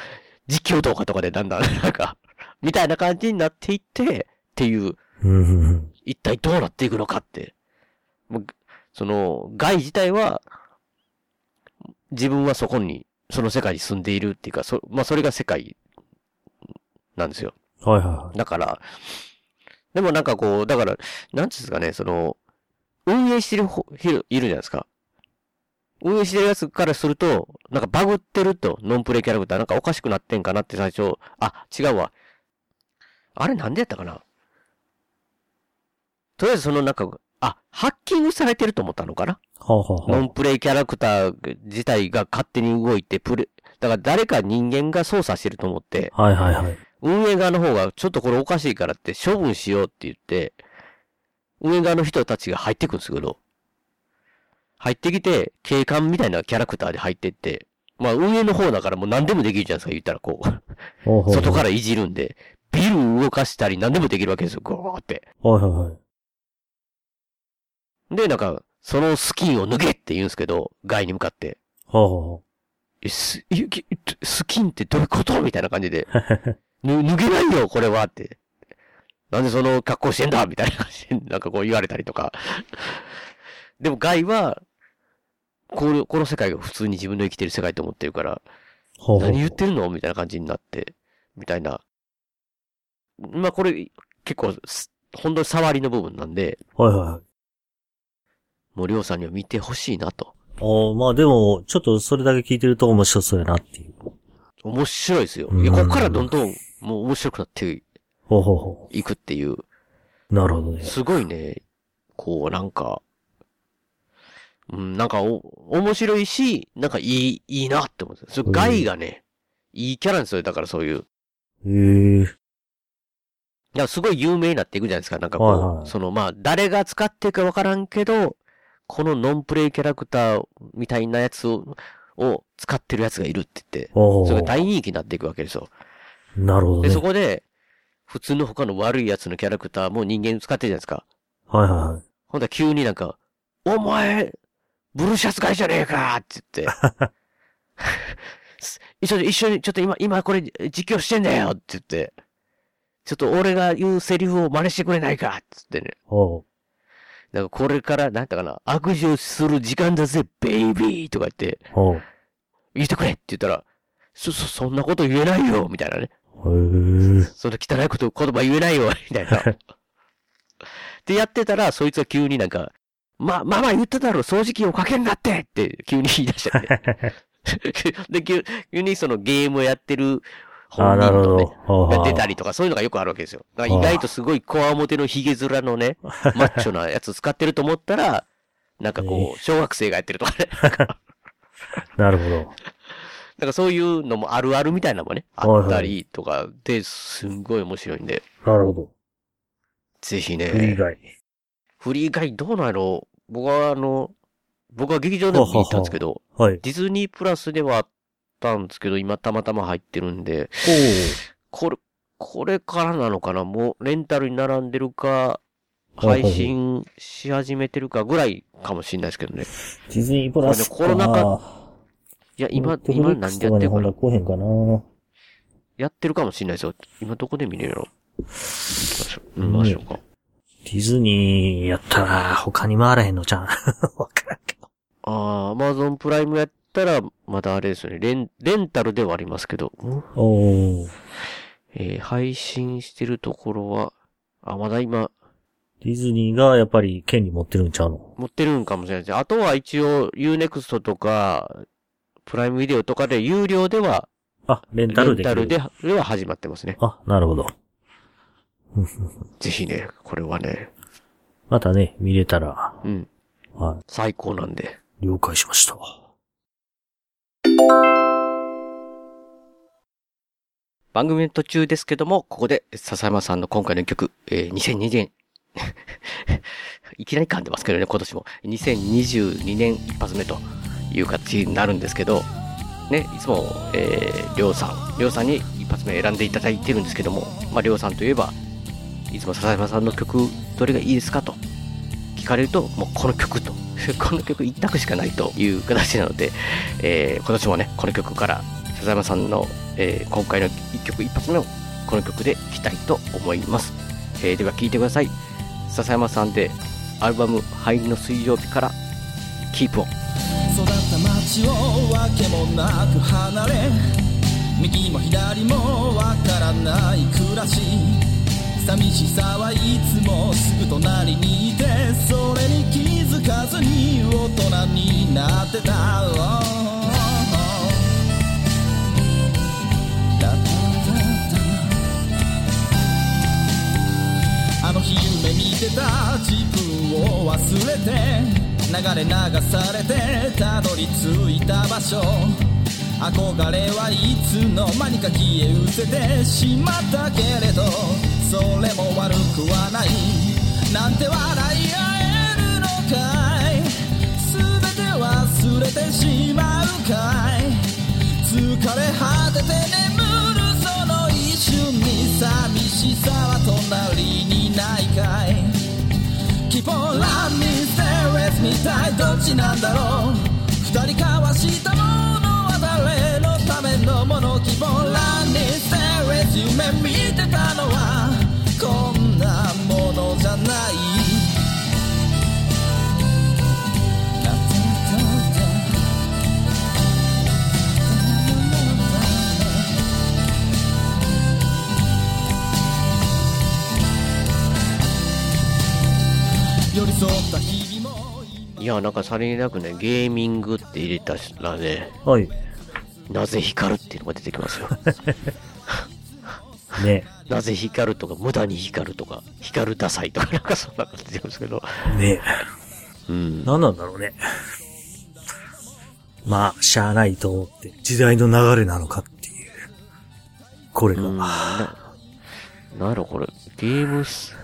実況動画とかでだんだん、なんか、みたいな感じになっていって、っていう、うんうんうん。一体どうなっていくのかって。もうその、害自体は、自分はそこに、その世界に住んでいるっていうか、そ、まあ、それが世界、なんですよ。はいはいはい。だから、でもなんかこう、だから、なんちゅうんですかね、その、運営してる方、ひるいるじゃないですか。運営してるやつからすると、なんかバグってると、ノンプレイキャラクター、なんかおかしくなってんかなって最初、あ、違うわ。あれなんでやったかなとりあえずそのなんか、あ、ハッキングされてると思ったのかなはあはあノはンプレイキャラクター自体が勝手に動いて、プレ、だから誰か人間が操作してると思って、あ。はいはいはい。運営側の方が、ちょっとこれおかしいからって処分しようって言って、運営側の人たちが入ってくるんですけど、入ってきて、警官みたいなキャラクターで入ってって、まあ運営の方だからもう何でもできるじゃないですか、言ったらこう。ほうほう外からいじるんで、ビル動かしたり何でもできるわけですよ、ゴーって。はいはいはい。で、なんか、そのスキンを脱げって言うんですけど、ガイに向かって。ほうほえ、す、ゆきスキンってどういうことみたいな感 じで。うほう。ぬ、脱げないよ、これはって。なんでその格好してんだみたいな感じで、なんかこう言われたりとか。でも、ガイは、この、この世界が普通に自分の生きてる世界と思ってるから、ほうほう。何言ってるのみたいな感じになって、みたいな。まあ、これ、結構す、ほんとに触りの部分なんで、はいはいはい。もうりょうさんには見てほしいなと。おーまあでも、ちょっとそれだけ聞いてると面白そうやなっていう。面白いですよ。いや、うんこっからどんどん、もう面白くなってほうほうほいくっていう。う。なるほどね。すごいね、こう、なんか、うん、なんかお、面白いし、なんかいい、いいなって思うんですよ。それ、ガイがね、いいキャラなんですよ。だからそういう。いへえ。や、すごい有名になっていくじゃないですか。なんかこう、はいはいその、まあ、誰が使ってるかわからんけど、このノンプレイキャラクターみたいなやつを、を使ってるやつがいるって言って、ほうそほれうが。大人気になっていくわけですよ。なるほどで、ねそ。こで、普通の他の悪いやつのキャラクターも人間使ってるじゃないですか。はいはいはい。ほんだら急になんか、お前、ブルーシャツ買いじゃねえかって言って。 す一緒に、一緒に、ちょっと今、今これ実況してんだよって言って。ちょっと俺が言うセリフを真似してくれないかって言ってね。ほなんかこれから、なんだかな、悪事をする時間だぜ、ベイビーとか言って、う。ほう。へ言ってくれって言ったら、そ、そ、そんなこと言えないよみたいなね。え。そんな汚いこと、言葉言えないよ、みたい な。で、やってたら、そいつが急になんか、ま、ママ言っただろ、掃除機をかけんなってって、急に言い出しちゃって。 で、急急にそのゲームをやってるあー、本な人るほとどね、。ほうほうが出たりとか、そういうのがよくあるわけですよ。だから意外とすごいコアモテのヒゲ面の ね、マッチョなやつ使ってると思ったら、なんかこう、小学生がやってるとかね。 なるほど。なんかそういうのもあるあるみたいなのもね、あったりとかで、すんごい面白いんで、なるほど。ぜひね。フリーガイ。フリーガイどうなんやろう僕はあの、僕は劇場でも見に行ったんですけど、はい。ディズニープラスではあったんですけど、今たまたま入ってるんで、これ、これからなのかなもうレンタルに並んでるか、ほうほう配信し始めてるかぐらいかもしれないですけどね。ディズニープラスかこれねコロナ禍、いや、今、今何でやってるかな来へんかな。やってるかもしれないですよ。今どこで見れるの行きましょう。見ましょうか。ディズニーやったら、他に回らへんのじゃん。 わからんけど。ああ、アマゾンプライムやったら、まだあれですよね。レン、レンタルではありますけど。おーえー配信してるところは、あ、まだ今、ディズニーがやっぱり権利持ってるんちゃうの持ってるんかもしれないですね。あとは一応、Unext とか、プライムビデオとかで有料では、あ、レンタルできる。レンタルででは始まってますね。あ、なるほど。ぜひね、これはね、またね、見れたら、うん、は最高なんで。い、了解しました。番組の途中ですけども、ここで、笹山さんの今回の曲、えー、2002年、 いきなり噛んでますけどね、今年も。2022年一発目という形になるんですけど、ね、いつも、えー、りょうさん、りょうさんに一発目選んでいただいてるんですけども、まあ、りょうさんといえば、いつも笹山さんの曲、どれがいいですかと聞かれると、もうこの曲と、 この曲一択しかないという形なので、えー今年もね、この曲から、笹山さんのえー今回の一曲一発目をこの曲でいきたいと思います、えーでは聴いてください笹山さんでアルバム「灰の水曜日」から「キープを育った街をわけもなく離れ右も左もわからない暮らし寂しさはいつもすぐ隣にいてそれに気づかずに大人になってた Oh, oh. だっただったあの日夢見てた自分を忘れて流れ流されてたどり着いた場所憧れはいつの間にか消え失せてしまったけれどそれも悪くはないなんて笑い合えるのかい全てれてしまうかい疲れ果てて眠るその一瞬に寂しさは隣にないかい Keep on loving stay with me 一体どっちなんだろう二人交わしたものは誰のためのもの Keep on loving stay with 夢見てたのはこんなものじゃない寄り添った日々もいや、なんかさりげなくね、ゲーミングって入れたらね、はい。なぜ光るっていうのが出てき ますよ。ね。なぜ光るとか、無駄に光るとか、光るダサいとか、なんかそんな感じなんですけど。ね。うん。何なんだろうね。まあ、しゃあないと思って、時代の流れなのかっていう。これが。うん、な、なんやろこれ、ゲームス、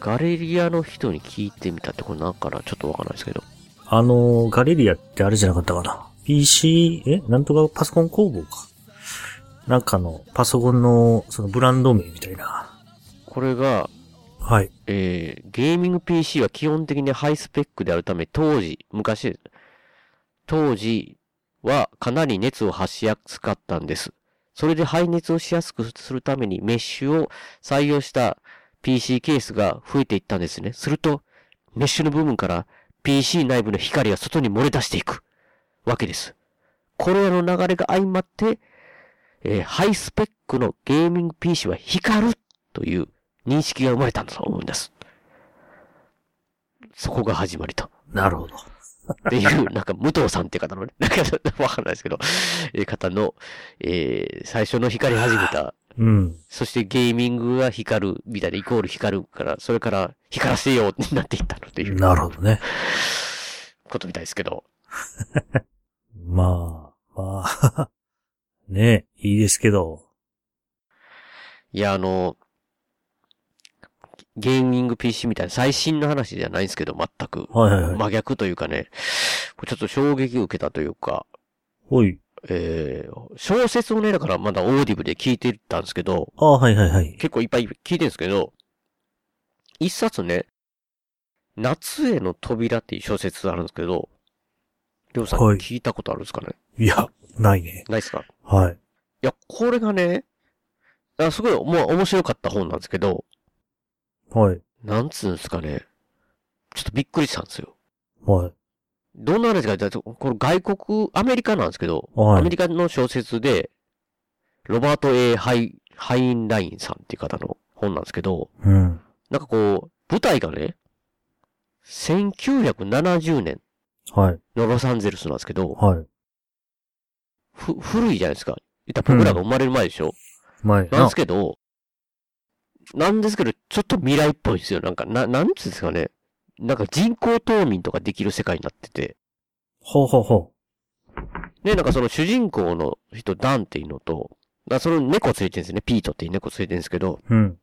ガレリアの人に聞いてみたって、これなんかな、ちょっとわかんないですけど。あのー、ガレリアってあれじゃなかったかな。PC、えなんとかパソコン工房か。なんかの、パソコンの、そのブランド名みたいな。これが、はい。えー、ゲーミング PC は基本的にハイスペックであるため、当時、昔、当時はかなり熱を発しやすかったんです。それで排熱をしやすくするためにメッシュを採用した PC ケースが増えていったんですね。すると、メッシュの部分から PC 内部の光が外に漏れ出していくわけです。これらの流れが相まって、えーハイスペックのゲーミング PC は光るという認識が生まれたんだと思います。そこが始まりと。なるほど。って いう、なんか、武藤さんっていう方のね、なんか、わかんないですけど、えー方の、えー最初の光り始め た、うん。そしてゲーミングが光る、みたいな、イコール光るから、それから光らせようになっていったのっていうなるほどね。ことみたいですけど、まあ、まあ、 ねいいですけど。いや、あの、ゲーミング PC みたいな最新の話じゃないんですけど、全く。はいはいはい真逆というかね、これちょっと衝撃を受けたというか、ほい。えー小説をね、だからまだオーディブで聞いてたんですけど、ああ、はいはいはい。結構いっぱい聞いてるんですけど、一冊ね、夏への扉っていう小説あるんですけど、りょうさんはい聞いたことあるんですかね、いや、ないね。ないですかはい。いや、これがね、あすごい、もう面白かった本なんですけど、はい。なんつうんですかね、ちょっとびっくりしたんですよ。はい。どんな話かというと、これ外国、アメリカなんですけど、はいアメリカの小説で、ロバート・ A ・ハイ、ハインラインさんっていう方の本なんですけど、うん。なんかこう、舞台がね、1970年はい。のロサンゼルスなんですけど、はい。ふ、古いじゃないですか。言ったら僕らが生まれる前でしょ、前なんなです。けど、なんですけど、ちょっと未来っぽいんですよ。なんか、な、なんつうんですかね。なんか人工冬眠とかできる世界になってて。ほうほうほで、なんかその主人公の人、ダンっていうのと、だからその猫連れてるんですね。ピートっていう猫連れてるんですけど、う。うん。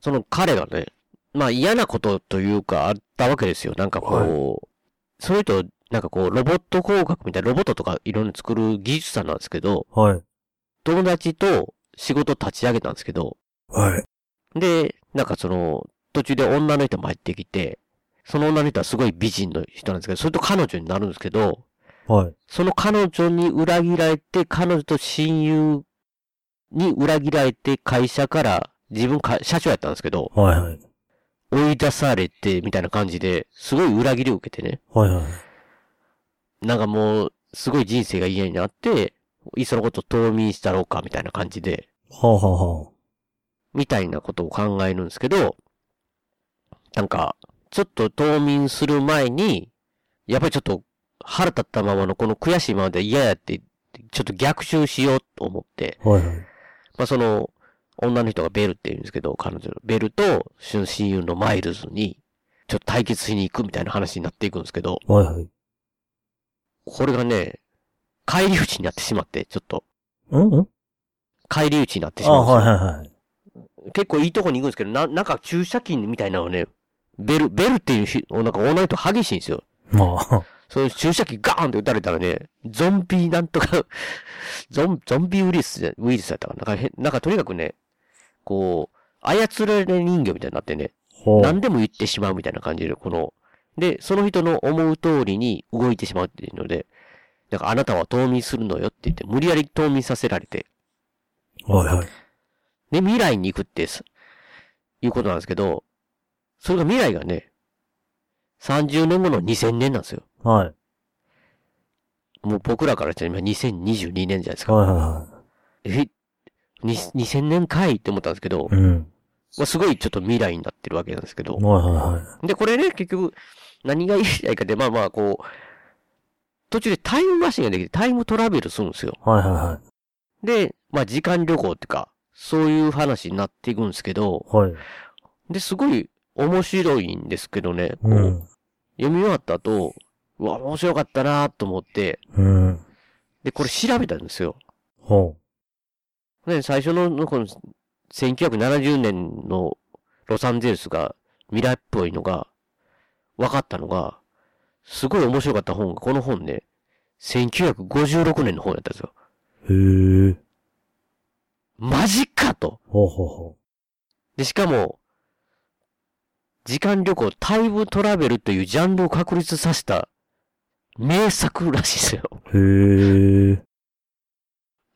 その彼がね、まあ嫌なことというかあったわけですよ。なんかこう、そういうと、なんかこう、ロボット工学みたいな、ロボットとかいろいろ作る技術者なんですけど、はい。友達と仕事立ち上げたんですけど、はい。で、なんかその、途中で女の人も入ってきて、その女の人はすごい美人の人なんですけど、それと彼女になるんですけど、はい。その彼女に裏切られて、彼女と親友に裏切られて、会社から、自分か、社長やったんですけど、はいはい。追い出されて、みたいな感じで、すごい裏切りを受けてね。はいはい。なんかもう、すごい人生が嫌になって、いっそのこと冬眠したろうか、みたいな感じで、はあはあはみたいなことを考えるんですけど、なんか、ちょっと冬眠する前に、やっぱりちょっと腹立ったままのこの悔しいままで嫌やって、ちょっと逆襲しようと思って、あ。はいはい。まあその、女の人がベルって言うんですけど、彼女のベルと、その親友のマイルズに、ちょっと対決しに行くみたいな話になっていくんですけど、はいはい。これがね、帰り討ちになってしまって、ちょっと、うんうん帰り討ちになってしあまうんですよはいはいはい。結構いいとこに行くんですけど、な、なんか駐車禁みたいなのをね、ベル、ベルっていうし、なんか女の人激しいんですよ。まあ、その注射器ガーンって撃たれたらね、ゾンビなんとか ゾン、ゾンビウイルスじゃ、ウイルスだったかな。なんかへん、なんかとにかくね、こう、操られ人形みたいになってね、ほう。何でも言ってしまうみたいな感じで、この、で、その人の思う通りに動いてしまうっていうので、なんかあなたは冬眠するのよって言って、無理やり冬眠させられて、はいはい。で、未来に行くってす、いうことなんですけど、それが未来がね、30年後の2000年なんですよ。はい。もう僕らからしたら今2022年じゃないですか。はいはえ、に2000年かいって思ったんですけどいはい。、うん。まあ、すごいちょっと未来になってるわけなんですけど、はいはいはい。で、これね、結局、何が言いたいかで、まあまあ、こう、途中でタイムマシンができて、タイムトラベルするんですよ。はいはいはで、まあ、時間旅行っていうか、そういう話になっていくんですけど、い。はい。で、すごい面白いんですけどね、こううん。読み終わった後、うわ、面白かったなと思って、うん。で、これ調べたんですよ。ほで、最初の、この、1970年のロサンゼルスが未来っぽいのが、分かったのが、すごい面白かった本が、この本ね、1956年の本だったんですよ。う。へえ。マジかと。ほうほうほで、しかも、時間旅行、タイムトラベルというジャンルを確立させた名作らしいですよ。う。へえ。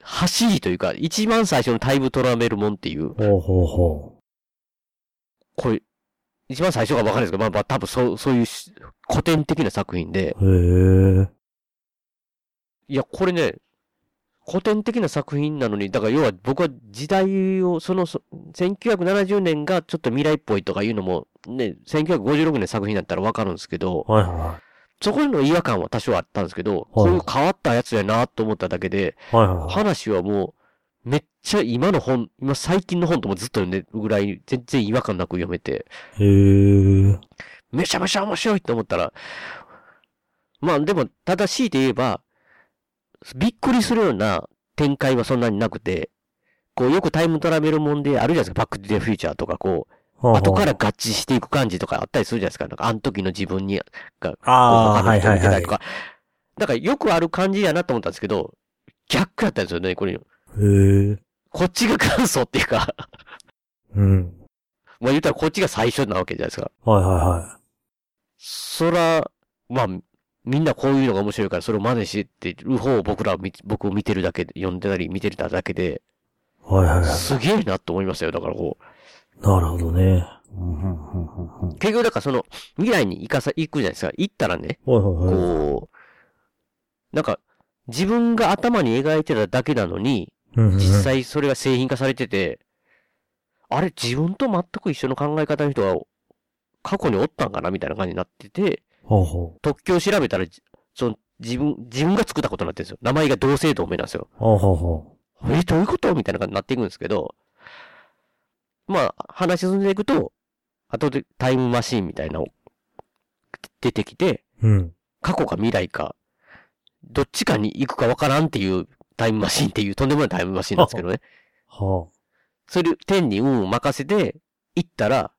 走りというか、一番最初のタイムトラベルもんっていう、ほうほうほこれ、一番最初がわかんないですけど、まあまあ多分そう、そういうし古典的な作品で、う。へえ。いや、これね、古典的な作品なのに、だから要は僕は時代を、その、そ1970年がちょっと未来っぽいとかいうのも、ね、1956年の作品だったらわかるんですけど、はいはそこへの違和感は多少あったんですけど、はいこういう変わったやつやなと思っただけで、い。はいはいはい。話はもう、めっちゃ今の本、今最近の本ともずっと読んでるぐらい、全然違和感なく読めて、へえ。めちゃめちゃ面白いって思ったら、まあでも、正しいて言えば、びっくりするような展開はそんなになくて、こうよくタイムトラベルもんであるじゃないですか、バックディフューチャーとか、こう、ほうほう後から。合致していく感じとかあったりするじゃないですか、なんかあの時の自分に、ああ、他はのい人は見いてたはりいと。か、だからよくある感じやなと思ったんですけど、逆やったんですよね、これ。へえ。こっちが感想っていうか、 うん。まあ言ったらこっちが最初なわけじゃないですか。はいはいはそら、まあ、みんなこういうのが面白いから、それを真似してってる方を僕らを見、僕を見てるだけで、読んでたり見てただけで、い。はいはいはい。すげえなと思いましたよ。だからこう、なるほどね。うんうんうんうんうん結局だからその、未来に行かさ、行くじゃないですか。行ったらね、はいはいはい。こう、なんか、自分が頭に描いてただけなのに、うんうんうん実際それが製品化されてて、あれ、自分と全く一緒の考え方の人が、過去におったんかなみたいな感じになってて、ほうほ特許を調べたら、じその、自分、自分が作ったことになってるんですよ。名前が同姓同名なんですよ。う。ほうほうほえ、どういうことみたいな感じになっていくんですけど、まあ、話進んでいくと、後でタイムマシーンみたいなの出てきて、う。うん。過去か未来か、どっちかに行くかわからんっていうタイムマシーンっていうとんでもないタイムマシーンなんですけどね。はそれ、天に運を任せて、行ったら、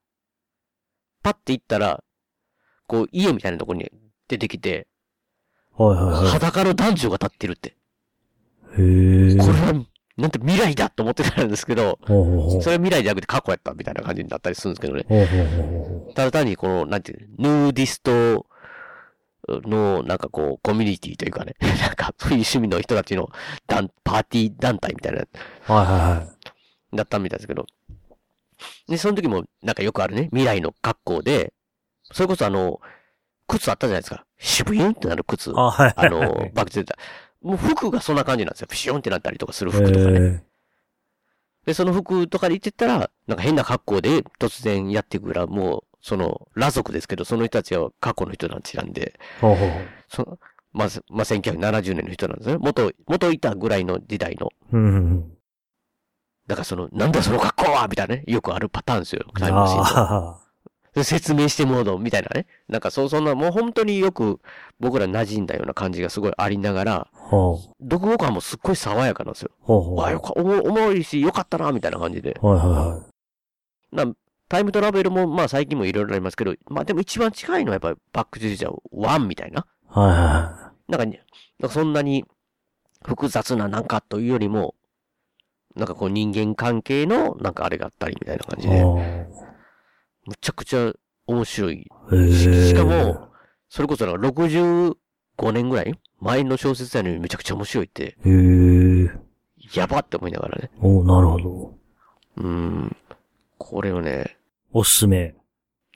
パッて行ったら、こう、家みたいなとこに出てきて、あ。はいはいは裸の男女が立ってるって。い。へえ。これは、なんて未来だと思ってたんですけど、ほうほうほう。それは未来じゃなくて過去やったみたいな感じになったりするんですけどね。ほうほうほうほただ単にこの、なんていう、ヌーディストの、なんかこう、コミュニティというかね、 なんかそういう趣味の人たちの団、パーティー団体みたいな、う。はいはいはい。だったみたいですけど。で、その時も、なんかよくあるね、未来の格好で、それこそあの、靴あったじゃないですか。シュブユンってなる靴。あ、はい。あの、バクチュータ。もう服がそんな感じなんですよ。ピシュンってなったりとかする服とかね。えで、その服とかで行ってたら、なんか変な格好で突然やってくるから、もう、その、裸族ですけど、その人たちは過去の人たちなんで、ー。ほうほうほその、まあ、まあ、1970年の人なんですね。元、元いたぐらいの時代の。う。うんうんうん。だからその、なんだその格好はみたいなね。よくあるパターンですよ。タイムマシンのあで説明してもうの、みたいなね。なんかそう、そんな、もう本当によく僕ら馴染んだような感じがすごいありながら、あ。ほう。読語感もすっごい爽やかなんですよ。ほうほう。わあ、よか、おも、おもろいし、よかったな、みたいな感じで。はいはなタイムトラベルも、まあ最近もいろいろありますけど、まあでも一番近いのはやっぱりバックトゥーザー1みたいな。いはい。はいはなんかね、なんかそんなに複雑ななんかというよりも、なんかこう人間関係のなんかあれがあったりみたいな感いじはい。で、おむちゃくちゃ面白い。ーししか、へも、それこそなんか65年ぐらい前の小説やのにめちゃくちゃ面白いって、え。へえ。やばって思いながらね。おなるほど。うん。これをね、おすすめ。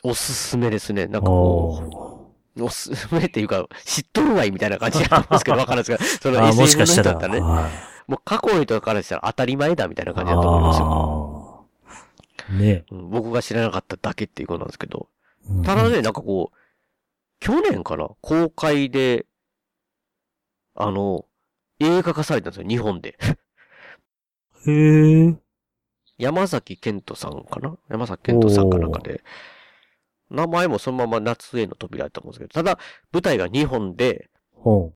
おすすめですね。なんかこおう、おすすめっていうか、知っとるわいみたいな感じなんですけど、わからんですけど、そーのあー、もし SF のかし人ただら。ったらね。はい。もう過去の人からしたら当たり前だみたいな感じだと思いますよ。ああ。ねうん僕が知らなかっただけっていうことなんですけど。うんただね、なんかこう、去年かな公開で、あの、映画化されたんですよ、日本で。へえ。山崎健人さんかな山崎健人さんかなんかで。名前もそのまま夏への扉だと思うんですけど、ただ、舞台が日本で、ほ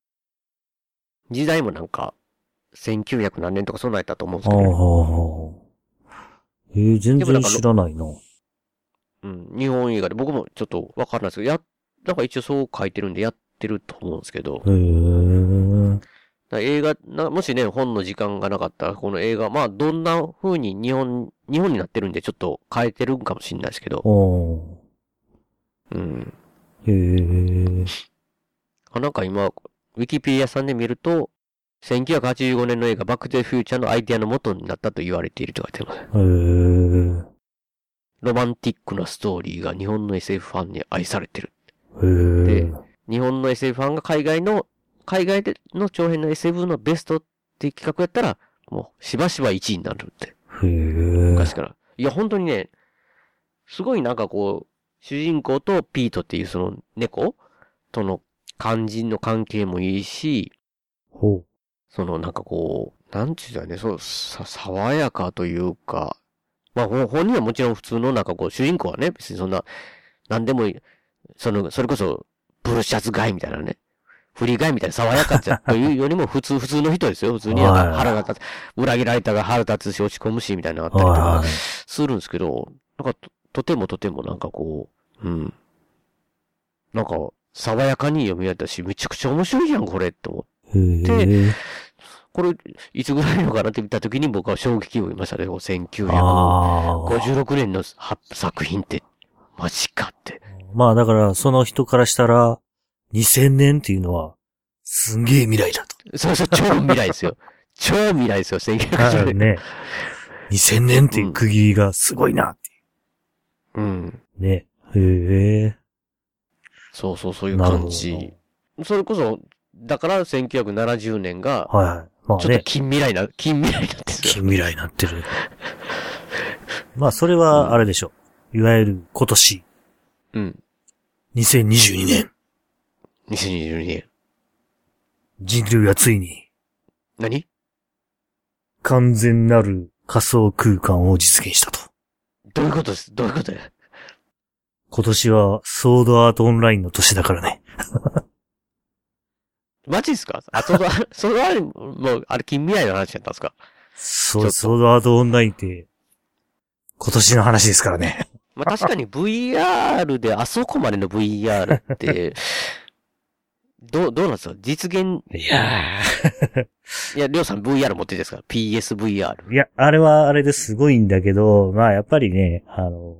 時代もなんか、1900何年とかそんなんやったと思うんでう。すはけあはど、あはあ。えー、全でもなん然か知らないな。うん、日本映画で僕もちょっとわかんないですけど、や、なんか一応そう書いてるんでやってると思うんですけど、へえ。だから映画な、もしね、本の時間がなかったら、この映画、まあ、どんな風に日本、日本になってるんで、ちょっと変えてるんかもしれないですけど、おーうん。へえ。あなんか今、ウィキペディアさんで見ると、1985年の映画、バックトゥフューチャーのアイデアの元になったと言われていると書いてます。へえ。ロマンティックなストーリーが日本の SF ファンに愛されてる。へえで。日本の SF ファンが海外の、海外での長編の SF のベストっていう企画やったら、もう、しばしば1位になるって。へえ。昔から。いや、本当にね、すごいなんかこう、主人公とピートっていうその猫との肝心の関係もいいし、ほそのなんかこう、なんちゅうんだよね、そう、さ、爽やかというか、まあ、ほ本人はもちろん普通のなんかこう、主人公はね、別にそんな、なんでもいい、その、それこそ、ブルシャツガイみたいなね、フリーガイみたいな爽やかさというよりも普通、普 通の人ですよ。普通になんか腹が立つ、裏切られたが腹立つし落ち込むし、みたいなのあっう。たりとか、はい。するんですけど、なんかと、とてもとてもなんかこう、うん。なんか、爽やかに読み合ったし、めちゃくちゃ面白いじゃん、これって思って。へえ。これ、いつぐらいのかなって見た時に僕は衝撃を受けましたね。1956ああ。年のは作品って、マジかって。まあだから、その人からしたら、2000年っていうのは、すんげえ未来だと。そうそう、超未来です よ。超未来ですよ、1956年。ね。2000年っていう区切りがすごいなってうん。いう。ね。へえ。そうそう、そういうなるほ感どじ。それこそ、だから1970年が、はいはい。ちょまあっとね。近未来な、近未来なんです近よ。未来になってる。まあそれは、あれでしょう。いわゆる今年、うん。 2022年、 2022年。人類はついに、何完全なる仮想空間を実現したと。どういうことですどういうことや今年は、ソードアートオンラインの年だからね。マジですかあ、その、 そのあれ、もう、あれ、近未来の話やったんですかそちょう、っとソードアートオンラインって、今年の話ですからね。まあ、確かに VR で、あそこまでの VR って、どう、どうなんですか実現、いやいや、りょうさん VR 持ってるんですか ?PSVR。いや、あれはあれですごいんだけど、まあやっぱりね、あの、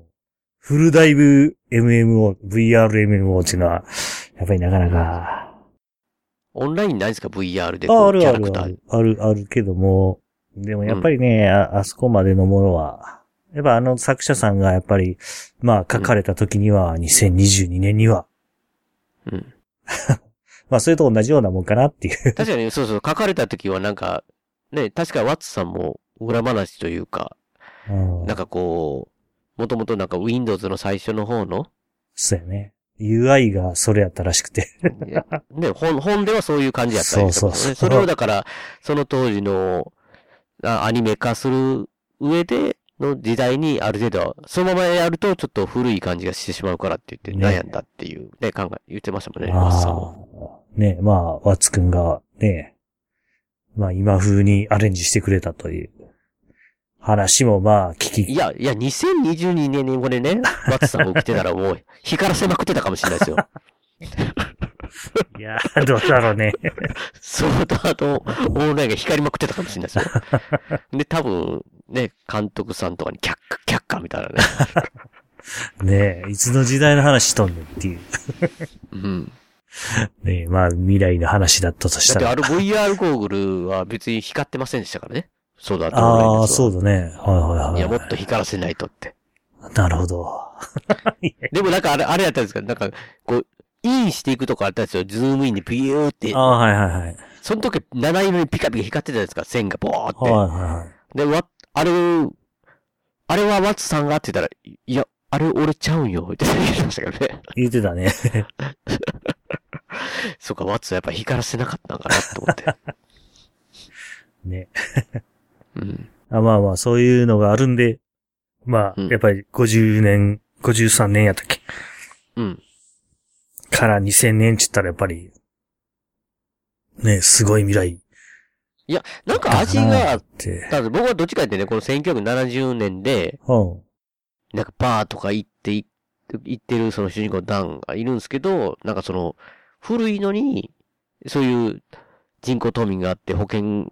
フルダイブ MMO、VRMMO っていうのは、やっぱりなかなか、オンラインないんですか ?VR で、あこあう、るキャあラクるタあーる。。ある、あるけども、でもやっぱりね、あ、あそこまでのものは、やっぱあの作者さんがやっぱり、まあ書かれた時には、2022年には、うん。 まあそれと同じようなもんかなっていう。確かに、そうそう、書かれた時はなんか、ね、確かワッツさんも、裏話というか、うんなんかこう、もともとなんか Windows の最初の方の、そうやね。UI がそれやったらしくて。いやね、本、本ではそういう感じやったりとかそうね。そうそそうれをだから、その当時の、あアニメ化する上での時代にある程度、そのままやるとちょっと古い感じがしてしまうからって言っねて悩んだっていうね、考え、言ってましたもんね、あマスさんあも。ね、まあ、ワッツくんがね、まあ今風にアレンジしてくれたという話もまあ聞いき、や、いや、2022年 にこれね、松さんが起きてたらもう、光らせまくってたかもしれないですよ。です。いやー、どうだ ろうね。ソードアートオンラインが光りまくってたかもしれないですよ。で、多分、ね、監督さんとかにキャッカ、キャッカみたいなね。ねえ、いつの時代の話しとんねんっていう。うん。ねえ、まあ、未来の話だったとしだったてら。あの VR ゴーグルは別に光ってませんでしたからね。ソードアートオンラインああ、ですそうだね。はいいはいや、もはっと光らせないとって。い。なるほど。でもなんかあれ、あれやったんですかなんか、こう、インしていくとこあったんですよ。ズームインでピューってあ。あ、はいはいはい。その時、七色にピカピカ光ってたじゃないですか。線がボーって。はいはいはい。で、わ、あれ、あれは松さんがって言ったら、いいや、あれ俺ちゃうんよ、って言ってましたけどね。 言ってたね。そうか、松はやっぱ光らせなかったのかなと思 って。ね。うん。あまあまあ、そういうのがあるんで、まあ、うんやっぱり50年、53年やったっけうん。から2000年って言ったらやっぱり、ねえ、すごい未来いや、なんか味があっって。たんです僕はどっちかっていうとね、この1970年で、うん。なんかバーとか行って、い行ってるその主人公ダンがいるんですけど、なんかその、古いのに、そういう人工冬眠があって保険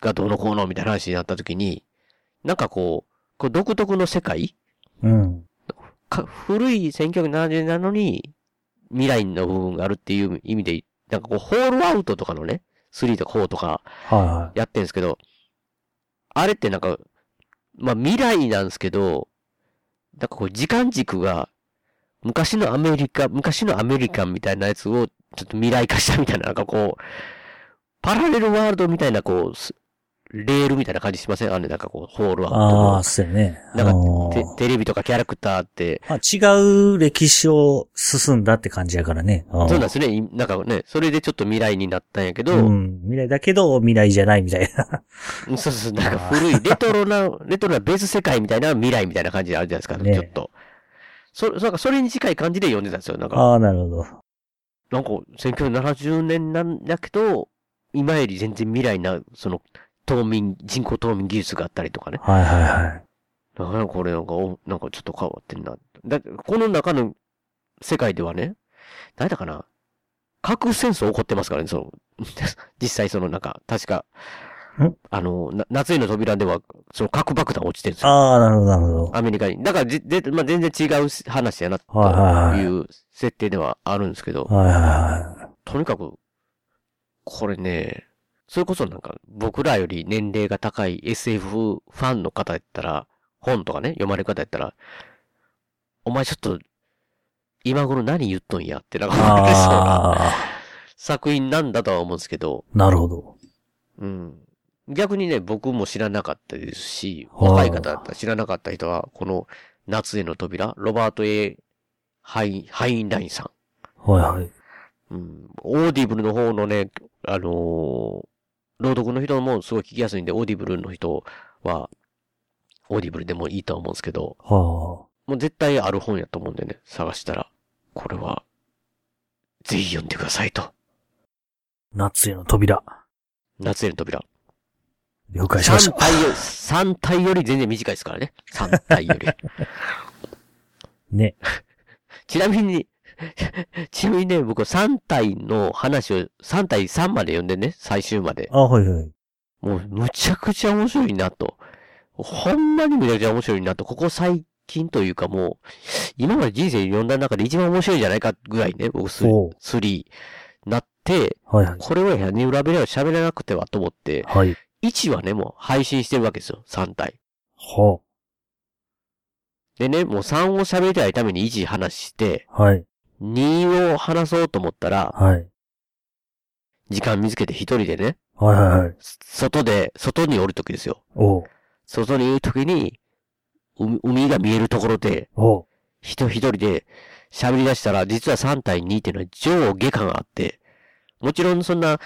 がどうのこうのみたいな話になった時に、なんかこう、こう独特の世界うん。か古い1970年なのに、未来の部分があるっていう意味で、なんかこう、ホールアウトとかのね、3とか4とかはいはやってんですけど、あれってなんか、まあ未来なんですけど、なんかこう時間軸が、昔のアメリカ、昔のアメリカンみたいなやつをちょっと未来化したみたいな、なんかこう、パラレルワールドみたいなこう、すレールみたいな感じしませんあれなんかこう、ホールアい。ああ、ウそうやね。トの。なんあかーテ、テレビとかキャラクターって、まあ、違う歴史を進んだって感じやからね。そそうなんですね。いなんかね、それでちょっと未来になったんやけど、うん。未来だけど、未来じゃないみたいな。そうそうそう、なんか古い、レトロな、レトロなベース世界みたいな未来みたいな感じであるじゃないですか、ねちょっと。そ、なんかそれに近い感じで読んでたんですよ。なんか、ああ、なるほど。なんか1970年なんだけど、今より全然未来な、その、冬眠、人工冬眠技術があったりとかね。はいはいはい。だからこれなんか、おなんかちょっと変わってんな。だってこの中の世界ではね、誰だかな核戦争起こってますからね、その、 実際そのなんか、確かん、あの、な夏への扉では、その核爆弾落ちてるんですよ。ああ、なるほど、なるほど。アメリカに。だからじ、ぜまあ、全然違う話やな、はいはいはといいう設定ではあるんですけど、はいはとにかく、これね、それこそなんか、僕らより年齢が高い SF ファンの方やったら、本とかね、読まれる方やったら、お前ちょっと、今頃何言っとんやって、なんかいはい。思われそうなああ、 作品なんだとは思うんですけど、なるほど。うん。逆にね、僕も知らなかったですし、はあ若い方だったら知らなかった人は、この夏への扉、ロバート・ A ・ハインハインラインさん。はいはい。うん、オーディブルの方のね、あのー朗読の人もすごい聞きやすいんで、オーディブルの人は、オーディブルでもいいとは思うんですけど、はもう絶対ある本やと思うんでね、探したら、これは、ぜひ読んでくださいと。あ。夏への扉。夏への扉。了解しまし3た。体より、三体より全然短いですからね。3体 より。ね。ちなみに、ちなみにね、僕3体の話を、3体3まで読んでね、最終まで。あはいはい。もうむちゃくちゃ面白いなと。ほんまにむちゃくちゃ面白いなと。ここ最近というかもう、今まで人生読んだ中で一番面白いんじゃないかぐらいね、僕スおうスリーなって、はいはい。これは屋根裏部屋は喋らなくてはと思って、はい。 1はね、もう配信してるわけですよ、3体。はでね、もう3を喋りたいために1話して、あ。はい。 2を話そうと思ったら、はい。時間見つけて一人でね、はいはいはい。外で、外におるときですよ。おう。外にいるときに、海海が見えるところで、おう。人一人で喋り出したら、実は3対2っていうのは上下感があって、もちろんそんな、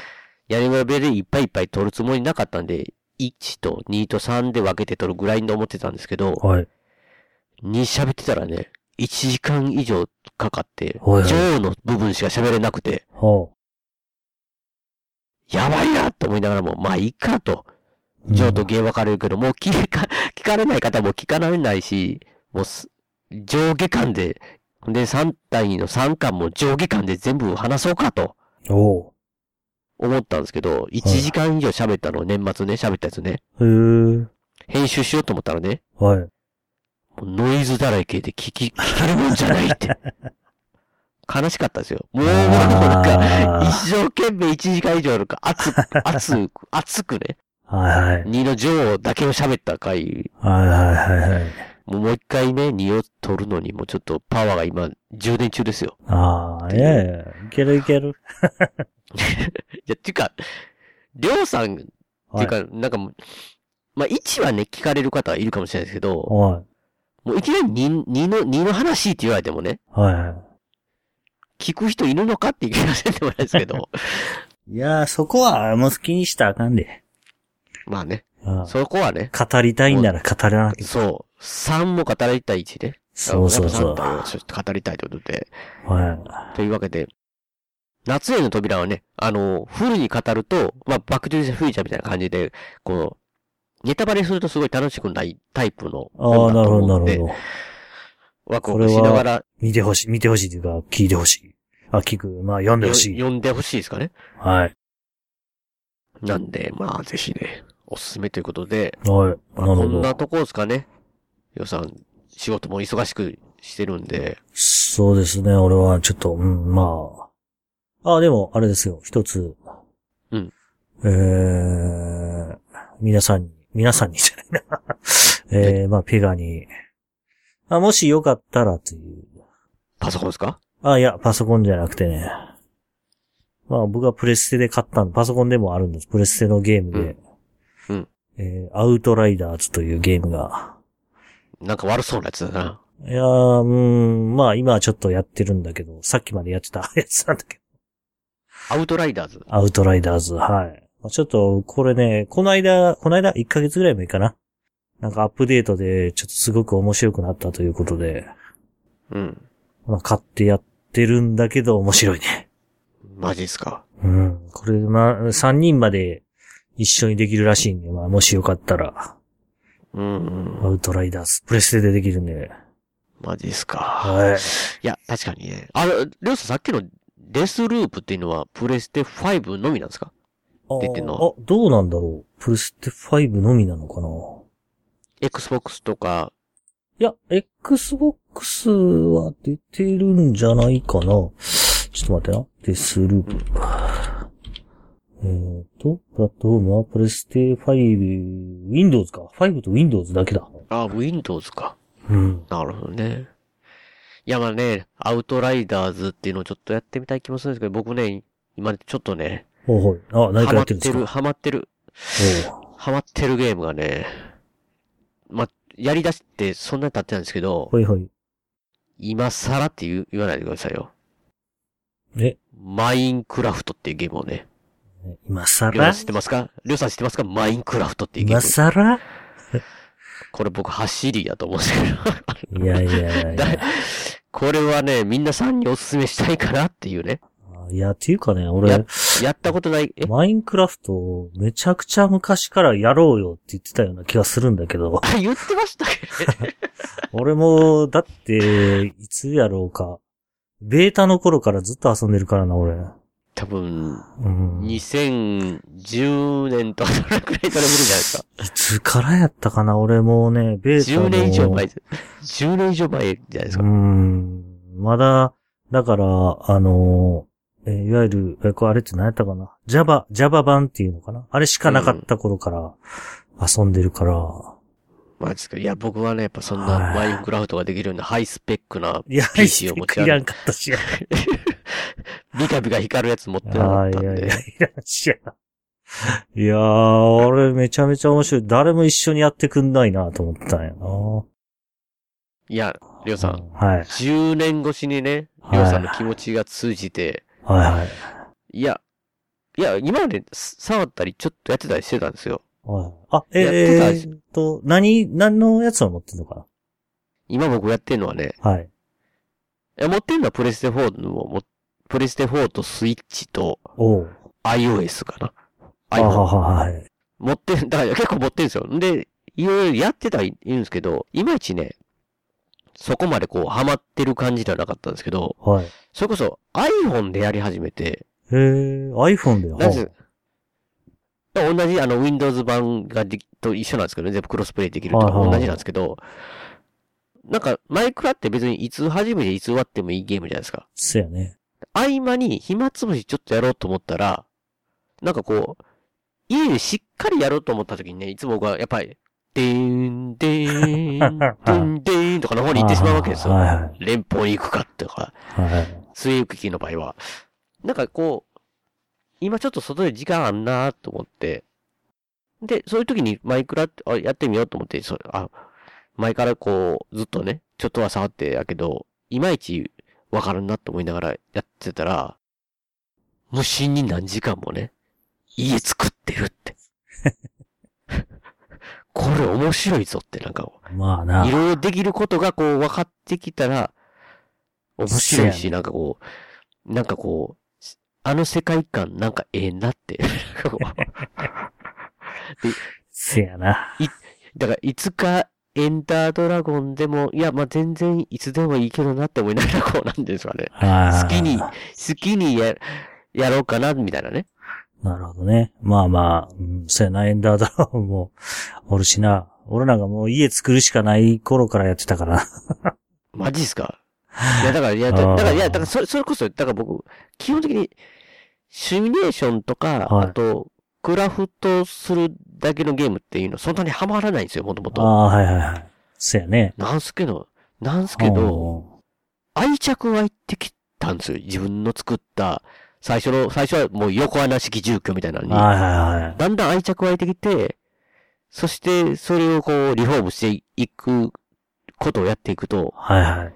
屋根裏部屋でいっぱいいっぱい取るつもりなかったんで、1と2と3で分けて取るぐらいに思ってたんですけど、はい。 2喋ってたらね、1時間以上かかって、はいはい上の部分しか喋れなくて、はやばいなと思いながらも、まあいいかと。あ。上と下分かれ るけど、もう聞か、聞かれない方も聞かれないし、もうす、上下間でで、3体の3巻も上下巻で全部話そうかとお思ったんですけど、1時間以上喋ったの、年末ね、喋ったやつね。う。へえ。編集しようと思ったらね、はい。もうノイズだらけで聞き、聞けるもんじゃないって。悲しかったですよ。もう、もうなんあか、ー一生懸命1時間以上なんか、熱く、熱く、熱くね、はいはい。二の女王だけを喋った回、はいはいはいはい。もうもう一回ね、二を取るのにもちょっとパワーが今、充電中ですよ。ああ、いやいや、いけるいける。いや、っていうか、りょうさん、って。はいいうか、なんかもう、まあ、1はね、聞かれる方いるかもしれないですけど、はもういきなり2、二の、二の話って言われてもね、い。はいは聞く人いるのかって言わせてもらうんですけ ど、い。いやー、そこはもう好きにしたらあかんで。まあね、ああそこはね、語りたいなら語らなきゃ。そう、3も語りたい1ね。そうそうそう。やっぱ三体を語りたいということで、はというわけで、夏への扉はね、あの、フルに語ると、まあ、バックトゥーザフューチャーみたいな感じで、こう、ネタバレするとすごい楽しくないタイプのい。あ本だあ、なるとほど、な思うんで、るほど。ワクワクしながら見てほしい、見てほしいというか、聞いてほしい。あ、聞く。まあ、読んでよほしい。読んでほしいですかね。はい。なんで、まあ、ぜひね、おすすめということで、はい。なるこほんなど。とこですかね。予算、仕事も忙しくしてるんで、そうですね、俺はちょっと、うん、まあ。あ、でも、あれですよ、一つ。うん。えー、皆さんに、皆さんにじゃない な。えー、まあ、ペガに。あ、もしよかったらという。パソコンですかあ、いや、パソコンじゃなくてね。まあ僕はプレステで買ったんパソコンでもあるんです。プレステのゲームで。うんうんえーアウトライダーズというゲームが。なんか悪そうなやつだな。いやー、うーん、まあ今はちょっとやってるんだけど、さっきまでやってたやつなんだけアウトライダーズ。ど。アウトライダーズ、はい。まあちょっと、これね、この間、この間、1ヶ月ぐらい前かな。なんかアップデートで、ちょっとすごく面白くなったということで、うん。まあ買ってやってるんだけど、面白いね。マジっすか。うん。これ、まあ、三人まで一緒にできるらしいんで、まあ、もしよかったら、うん、アうん。ウトライダーズ、プレステでできるんで。マジっすか。はい。いや、確かにね。あれ、りょうさんさっきのデスループっていうのはプレステ5のみなんですか出てんのあ、どうなんだろう。プレステ5のみなのかな ?Xbox とか、いや、Xbox は出てるんじゃないかな。ちょっと待ってな。デスループ。えーと、プラットフォームはプレステ5、Windows か。5と Windows だけだ。あ、Windows か。うん。なるほどね。いや、まあね、アウトライダーズっていうのをちょっとやってみたい気もするんですけど、僕ね、今ちょっとね、ほうほい。あ、何ハかマやっっててるんでする、かハマってる、おうハマってるゲームがね、ま、やり出してそんなに経ってないんですけど、ほいほい。今更って言う言わないでくださいよ。え、マインクラフトっていうゲームをね。今りょうさん更知ってますかりょうさん知ってますかマインクラフトっていうゲー今ム。更これ僕走りだと思うんですけど。いやいやいだや。これはね、みんなさんにおすすめしたいかなっていうね。いや、っていうかね、や俺、、やったことない、え マインクラフト、めちゃくちゃ昔からやろうよって言ってたような気がするんだけど、あ言ってましたっけどね。俺も、だって、いつやろうか。ベータの頃からずっと遊んでるからな、俺。 多分、うん。い2010年とかそれくらいから無理じゃないですか。つからやったかな、俺もうね、ベータの。 10年以上前です。10年以上前じゃないですうか。ん。まだ、だから、あの、えーいわゆる、えこれあれって何やったかな ?Java、Java 版っていうのかなあれしかなかった頃から遊んでるから、マジですか。いや、僕はね、やっぱそんなはいマインクラフトができるようなハイスペックな、いや、 PC を持ち歩いていらんかったしや。ビカビカ光るやつ持ってなかあっいたんやいや、で。いらんしや。 いやー、俺めちゃめちゃ面白い。誰も一緒にやってくんないなと思ってたんやないや、りょうさん、はい。 10年越しにね、はいりょうさんの気持ちが通じて、はいはい。いや、いや、今まで触ったり、ちょっとやってたりしてたんですよ。はい、あ、やってえたーっと、何、何のやつを持ってんのか今僕やってるのはね、なはい。いや持ってるのはプレステ4のも、プレステ4とスイッチとおう。 iOS かな。あは iPhone。ははい。持ってる、だから結構持ってるんですよ。んで、いろいろやってたらいいるんですけど、いまいちね、そこまでこう、ハマってる感じではなかったんですけど、はい。へそれこそ iPhone でやり始めて、え、iPhone で。なはぜ、同じあの Windows 版ができと一緒なんですけどね、全部クロスプレイできるとかはいはい同じなんですけど、なんか、マイクラって別にいつ始めていつ終わってもいいゲームじゃないですか。そうやね。合間に暇つぶしちょっとやろうと思ったら、なんかこう、家でしっかりやろうと思った時にね、いつも僕はやっぱり、でーん、でー ん、でーん、でーんとかの方に行ってしまうわけですよ。はいはい連邦に行くかとか、はい。水行きの場合は。なんかこう、今ちょっと外で時間あんなと思って。で、そういう時にマイクラってあやってみようと思って、そうあ、前からこう、ずっとね、ちょっとは触ってやけど、いまいちわからんなと思いながらやってたら、無心に何時間もね、家作ってるって。これ面白いぞって、なんか、。まあないろいろできることがこう分かってきたら、面白いそうし、なんかこう、なんかこう、あの世界観なんかええなって。 なんかこうせやな。だからいつかエンタードラゴンでも、いや、まあ全然いつでもいいけどなって思いながらこうなんですかね。はい。好きに、好きにや、やろうかな、みたいなね。なるほどね。まあまあ、うん、そうやな、エンダードラゴンも おるしな。俺なんかもう家作るしかない頃からやってたから。マジっすかいや、だから、いや、だあーだから、いや、だからそれ、それこそ、だから僕、基本的に、シミュレーションとか、はいあと、クラフトするだけのゲームっていうの、そんなにハマらないんですよ、もともあと。あ、はいはいはい。そうやね。なんすけど、なんすけど、うん、愛着湧いてきたんですよ。自分の作った、最初の、最初はもう横穴式住居みたいなのに、はいはいはい。だんだん愛着湧いてきて、そして、それをこう、リフォームしていくことをやっていくと、はいは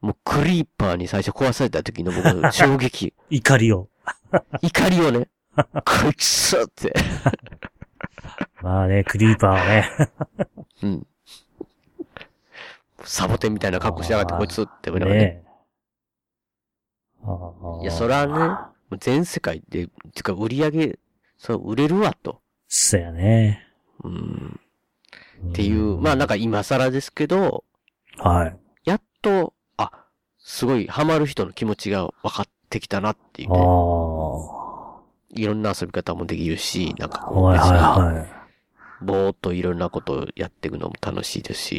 もうクリーパーに最初壊された時の僕の衝 撃。い。怒りを。怒りをね、こいつって。まあね、クリーパーはね。 うん。サボテンみたいな格好しやがってあーこいつって思いながらね。ねえ。ああいや、そらね、もう全世界で、てか売り上げ、そう、売れるわと。そうやね。うん。っていう、まあなんか今更ですけど、あ、はい。やっと、あ、すごいハマる人の気持ちが分かってきたなっていうああ。ね。はいろんな遊び方もできるし、なんかいこう、はいはぼーっといろんなことをやっていくのも楽しいですし。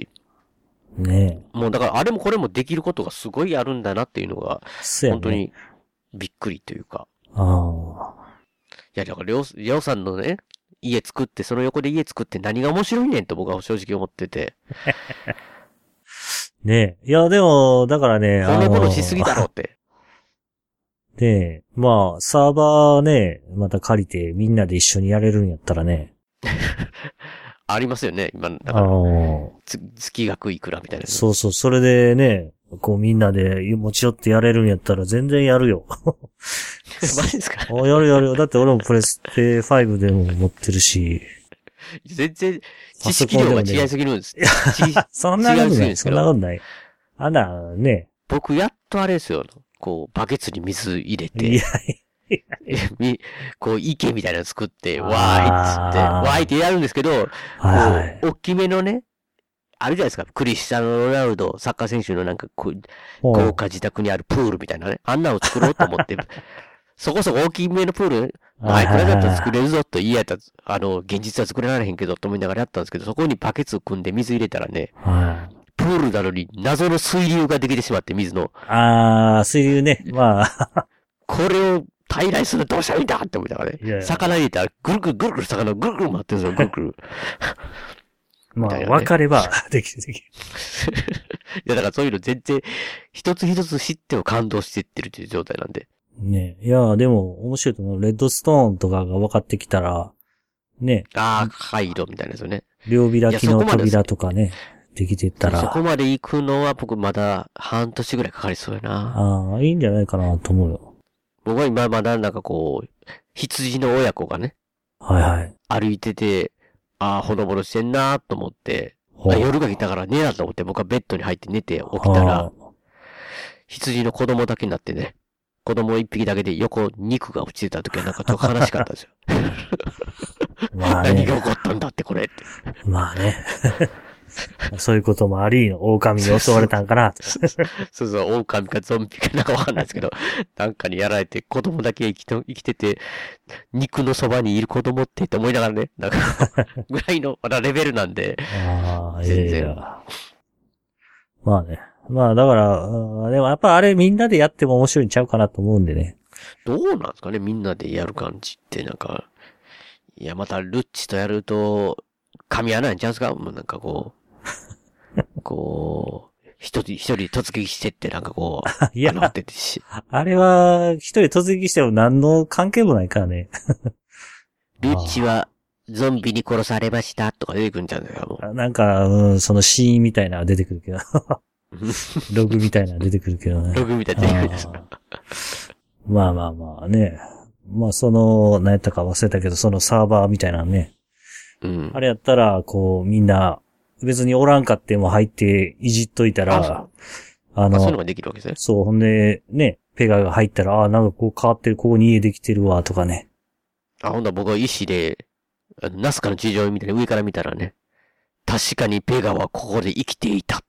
い。ねえ。もうだからあれもこれもできることがすごいあるんだなっていうのが、そうや本ね。当。にびっくりというか。ああ。いや、だからりょう、りょうさんのね、家作って、その横で家作って何が面白いねんと僕は正直思ってて、ねえ。いや、でも、だからね、こあのの頃しすぎだろって。で、まあ、サーバーね、また借りてみんなで一緒にやれるんやったらね。ありますよね、今、だかあら、の、つ月額いくらみたいな。そうそう、それでね、こうみんなで持ち寄ってやれるんやったら全然やるよ。 マジですかあやるやるよ。だって俺もプレステ5でも持ってるし。全 然、知識量が違いすぎるんです。知そんなこと違うらなしいい。ですそけんどなことない。あんな、ね。 僕、やっとあれですよ。こう、バケツに水入れいやて、、 みこう、池みたいなの作って、あーわーいっつって、わーいってやるんですけど、はい。こう大きめのね、あるじゃないですか。クリスチャーノ・ロナウド、サッカー選手のなんかこう、も豪う華自宅にあるプールみたいなね。あんなの作ろうと思って、そこそこ大きめのプール、あいくらだったら作れるぞと言い合った、あの、現実は作れられへんけどと思いながらやったんですけど、そこにバケツを組んで水入れたらね、はい。プールなのに謎の水流ができてしまって、水の。あー、そういうね、まあ、これを平らにするのどうしたらいいんだって思いながらいやいね。や魚入れたら、ぐるぐるぐるぐる魚ぐるぐる回ってるんですよ、ぐるぐる。まだあ、よね分かれば、 できるできる。いや、だからそういうの全然、一つ一つ知っても感動してってるという状態なんで。ね。いや、でも、面白いと思う。レッドストーンとかが分かってきたら、ね、ああ、回路みたいなですよね。両開きいやそのこまで扉とかね、できてったそこら、まで行くのは僕まだ半年ぐらいかかりそうやな。ああ、いいんじゃないかなと思うよ。僕は今まだなんかこう、羊の親子がね、はいはい。歩いてて、ああ、ほのぼのしてんなーと思って、ほうあ夜が来たから寝なと思って僕はベッドに入って寝て起きたあら、羊の子供だけになってね、子供一匹だけで横肉が落ちてた時はなんかちょっと悲しかったんで すよ。ーまあ何ねが、起こったんだってこれって。まあね。 そういうこともあり、狼に襲われたんかなと。 そうそう、狼かゾンビかなんかわかんないですけど、なんかにやられて、子供だけ生きと生きてて、肉のそばにいる子供ってって思いながらね、なん か、ぐらいの、まだレベルなんで、ああ、全ええ然まあね。まあだから、うんでもやっぱあれみんなでやっても面白いんちゃうかなと思うんでね。 どうなんですかね、みんなでやる感じって、なんか、いや、また、ルッチとやると、噛み合わないんちゃうんすかもうなんかこう、こう、一人、一人突撃してって、なんかこう、いやあ、のっててし、あれは一人突撃しても何の関係もないからね。ルッチは、ゾンビに殺されました、とか出てくるんじゃないですか、もう。 なんか、うん、そのシーンみたいなのは出てく るけど。ログみたいなのは出てくるけどね。ログみたいな出てくるんですか。まあまあまあね。まあその、何やったか忘れたけど、そのサーバーみたいなのね。うん。あれやったら、こう、みんな、別におらんかっても入っていじっといたあらそ、ああそういうのの、ができるわけですね。そう、ほんで、ね、ペガが入ったら、ああ、なんかこう変わってる、ここに家できてるわ、とかね。あ、ほんなら僕は石で、あのナスカの地上みたいに上から見たらね、確かにペガはここで生きていた。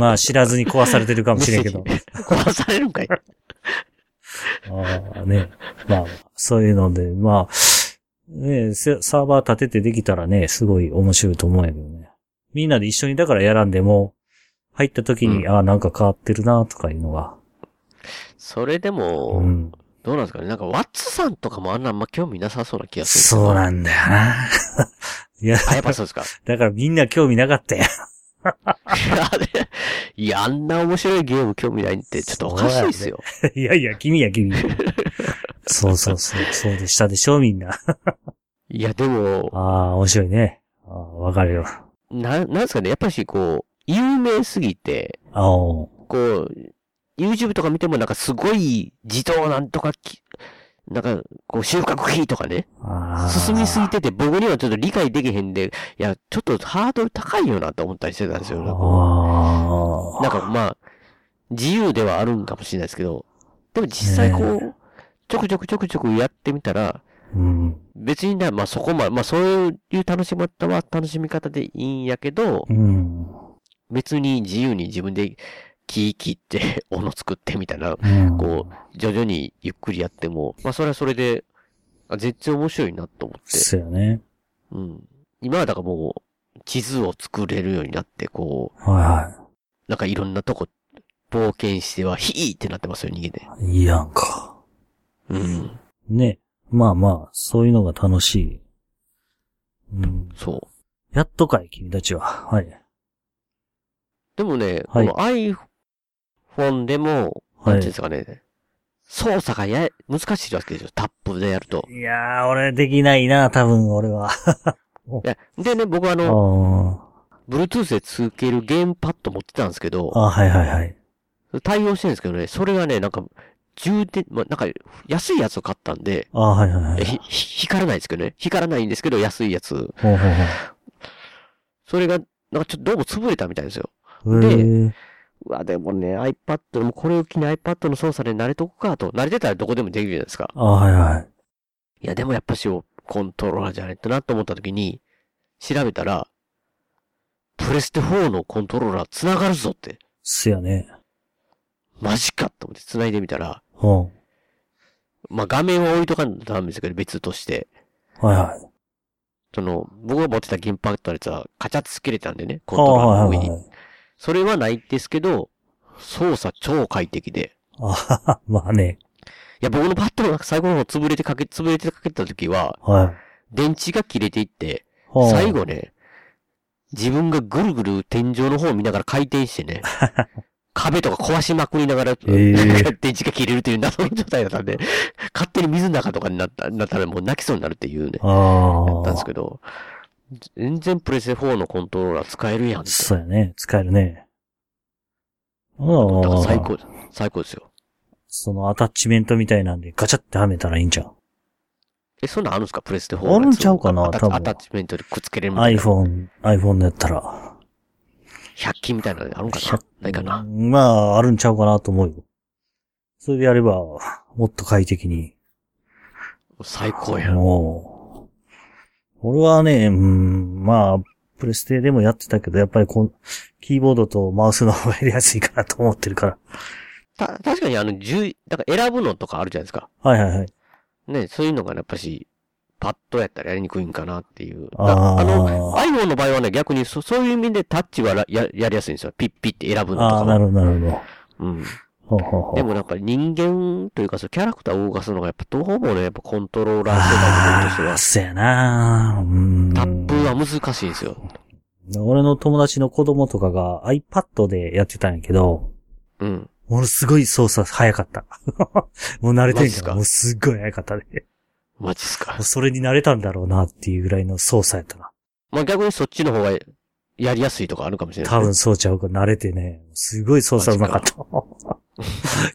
まあ知らずに壊されてるかもしれ んけど。殺されるんかい。ああ、ね。まあ、そういうので、まあ、ねせサーバー立ててできたらね、すごい面白いと思うんやけどね。みんなで一緒にだからやらんでも、入った時に、うんああ、なんか変わってるな、とかいうのが。それでも、うん。どうなんですかねなんか、ワッツさんとかもあんなあんま興味なさそうな気がする。そうなんだよな。 いや、あ、やっぱそうですか。 だからみんな興味なかったやん。 あれいや、あんな面白いゲーム興味ないって、ちょっとおかしいですよ。いやいや、君や、君。そうそうそう、そうでしたでしょ、みんな。いや、でも、ああ、面白いね。ああ、わかるよ。な、なんですかねやっぱしこう、有名すぎて、あおこう、YouTube とか見てもなんかすごい自動なんとかき、なんか、こう、収穫機とかね、ああ。進みすぎてて、僕にはちょっと理解できへんで、いや、ちょっとハードル高いよなと思ったりしてたんですよ。なんかああ。なんかまあ、自由ではあるんかもしれないですけど、でも実際こう、ねちょくちょくちょくちょくやってみたら、うん。別にね、まあそこまで、まあそういう楽しみ方は楽しみ方でいいんやけど、うん。別に自由に自分で木切って、 斧作ってみたいな、うんこう、徐々にゆっくりやっても、まあそれはそれで、あ絶対面白いなと思って。そうよね。うん。今はだからもう、地図を作れるようになって、こう、はなんかいろんなとこ、冒険しては、ヒーってなってますよ、逃げて。いはい。いいやんか。うん。ね。まあまあ、そういうのが楽しい。うん。そう。やっとかい、君たちは。はい。でもね、はいこの iPhone でも、はなんていうんで。いすかね、操作がや、難しいわけですよ、タップでやると。いやー、俺できないな、多分俺は。いやでね、僕はああの、ー Bluetooth で続けるゲームパッド持ってたんですけど、あ、はいはいはい。対応してるんですけどね、それがね、なんか、充電、まあ、なんか、安いやつを買ったんで、あーはいはいはえい。ひひ光らないですけどね、光らないんですけど、安いやつ。ほうほうそれが、なんかちょっとどうも潰れたみたいですよ。ほう。でへーうわ、でもね、iPad でもこれを機に iPad の操作で慣れとくかと。慣れてたらどこでもできるじゃないですか。あーはいはい。いや、でもやっぱしコントローラーじゃないとなと思った時に、調べたら、プレステ4のコントローラー繋がるぞって、すやね。マジかと思って繋いでみたら、ほまあ、画面は置いとかんとダメですけど、別として、う。はいはい。その、僕が持ってたゲームパッドのやつは、カチャッと切れたんでね、コンあトローラーあのー、上はいはいはに。い。それはないんですけど、操作超快適で。あはは、まあね。いや、僕のパッドが最後の方潰れてかけ、潰れてかけた時は、はい。電池が切れていって、ほう最。後ね、自分がぐるぐる天井の方を見ながら回転して ね、壁とか壊しまくりながら、ー電池が切れるという謎の状態だったんで、勝手に水の中とかになったなったらもう泣きそうになるっていうね、あやったんですあ。けど、全然プレセ4のコントローラー使えるやんって。そうやね。使えるね。ああ。だから最高、最高ですよ。そのアタッチメントみたいなんでガチャってはめたらいいんじゃん。え、そんなんあるんですかプレステ4あるんちゃうかなアタ多分アタッチメントでくっつけれるみたいな。 iPhone、iPhone だったら。 100均みたいなのあるんかなないかなまあ、あるんちゃうかなと思うよ。それでやれば、もっと快適に。最高やん。もう。俺はね、うん、まあ、プレステでもやってたけど、やっぱりこん、キーボードとマウスの方がやりやすいかなと思ってるから。た、確かにあの、10、だから選ぶのとかあるじゃないですか。はいはいはい。ね、そういうのがねやっぱし、パッドやったらやりにくいんかなっていう。だあーあの、iPhone の場合はね、逆にそそういう意味でタッチはらややりやすいんですよ。ピッピッって選ぶのとあかあ、は。なるほどなるほうん。ど。ほうほうほう。でもやっぱり人間というか、そうキャラクターを動かすのがやっぱどうもね、やっぱコントローラー世代の人としてあーは、そうやなうん。タップは難しいんですよ。俺の友達の子供とかが iPad でやってたんやけど、うん。ものすごい操作早かった。 もう慣れてマジるっすから、かもうすっごい早かったね。マジっすかもう。それに慣れたんだろうなっていうぐらいの操作やったな。まあ逆にそっちの方がやりやすいとかあるかもしれない多ですね。分そうちゃうか、慣れてね、すごい操作うま かった。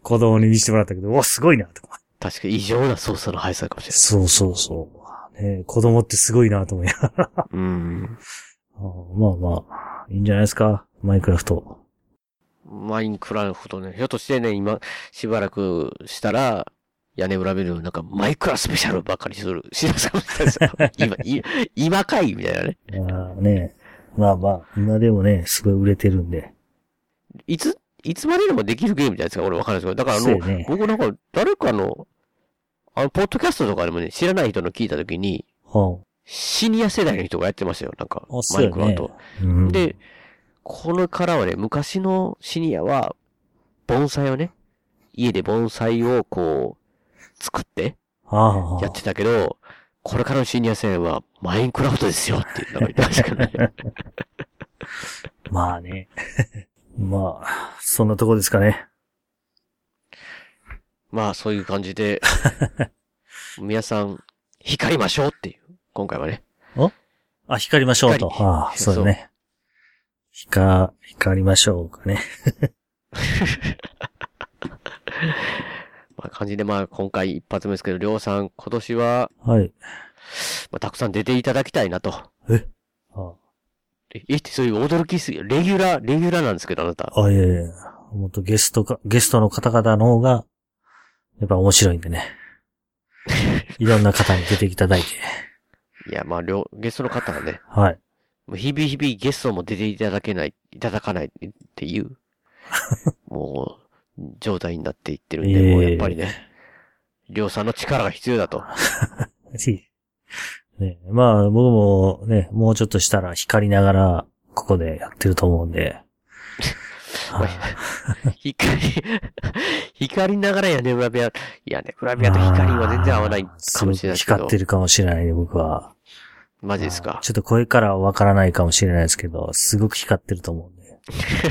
子供に見せてもらったけど、うわ、すごいなとか。確かに異常な操作の速さかもしれない。そうそうそう。ね、子供ってすごいなと思いながら。うん。あーまあまあ、いいんじゃないですか、マインクラフト。マインクラフトね、ひょっとしてね、今、しばらくしたら、屋根裏ビルなんかマイクラスペシャルばっかりする。知らされたん ですよ。今、い今かいみたいなね。まあね、まあまあ、今でもね、すごい売れてるんで。いつ、いつまででもできるゲームじゃないですか。俺わかんないですけど。だからあその、うよね僕なんか、誰かの、あの、ポッドキャストとかでもね、知らない人の聞いたときに、はシニア世代の人がやってましたよ。なんか、あ、そマうイよクラフねト。。うん、で、このからはね、昔のシニアは、盆栽をね、家で盆栽をこう、作ってああやってたけど、これからのシニア戦はマインクラフトですよっていうのが言ってましたからね。まあね。 まあ、そんなとこですかね。まあそういう感じ で、皆さん、光りましょうっていう、今回はね。あ、光りましょうと。光ああ、そうだね。光、光りましょうかね。まあ感じでまあ今回一発目ですけど、りょうさん今年は、はい。まあ、たくさん出ていただきたいなと。あええってそういう驚きすぎ、レギュラー、レギュラーなんですけどあなた。あ、いやいやいやもっとゲストか、ゲストの方々の方が、やっぱ面白い んでね。いろんな方に出ていただいて。いやまありょうゲストの方がね、はい。もう日々日々ゲストも出ていただけない、いただかないって いう、もう、状態になっていってるんで、ええもうやっぱりね、りょうさんの力が必要だと。ね、まあ、僕もね、もうちょっとしたら光りながら、ここでやってると思うん で。はい光、 光りながら屋根裏部屋、屋根裏部屋と光は全然合わないかもしれないですけすごく光どっ。てるかもしれないね、僕は。マジですか。ちょっと声からはわからないかもしれないですけど、すごく光ってると思うんで。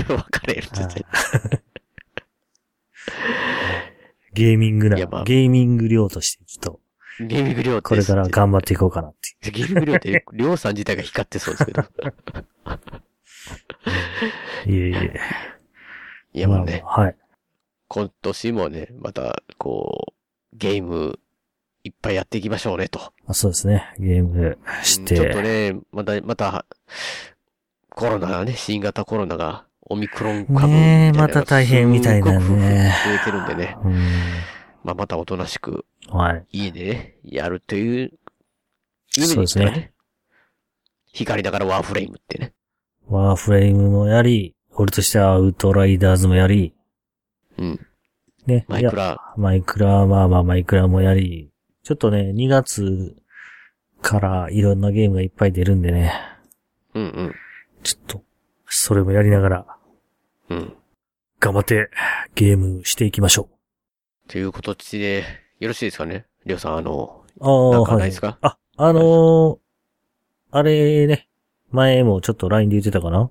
分かれるって言ってゲーミングな、いやまあゲーミング量として、ちょっと、ゲーミング量って。これから頑張っていこうかなっていう。 ゲーミング量って、りょうさん自体が光ってそうです けど。いえいえ。いやまあね。まあはい。今年もね、また、こう、ゲーム、いっぱいやっていきましょうね、と。まあそうですね。ゲームしちょっとて。ね、また、また、コロナがね、新型コロナが、オミクロン株みたいなのが。ねえまた大変みたいなねすごく増えてるんでね。うん。まあ、またおとなしく、はい。家でね、やるという、夢そうでですすねねね。光だからワーフレームってね。ワーフレームもやり、俺としてはアウトライダーズもやり、うん。ね。マイクいや。ラ。マイクラ、まあまあマイクラもやり、ちょっとね、2月からいろんなゲームがいっぱい出るんでね、うんうん。ちょっと、それもやりながら、うん。頑張ってゲームしていきましょということで、よろしいですかねりょうさん、あの、う。ああ、なんかないですかあ、あのー、あれね、前もちょっと LINE で言ってたかな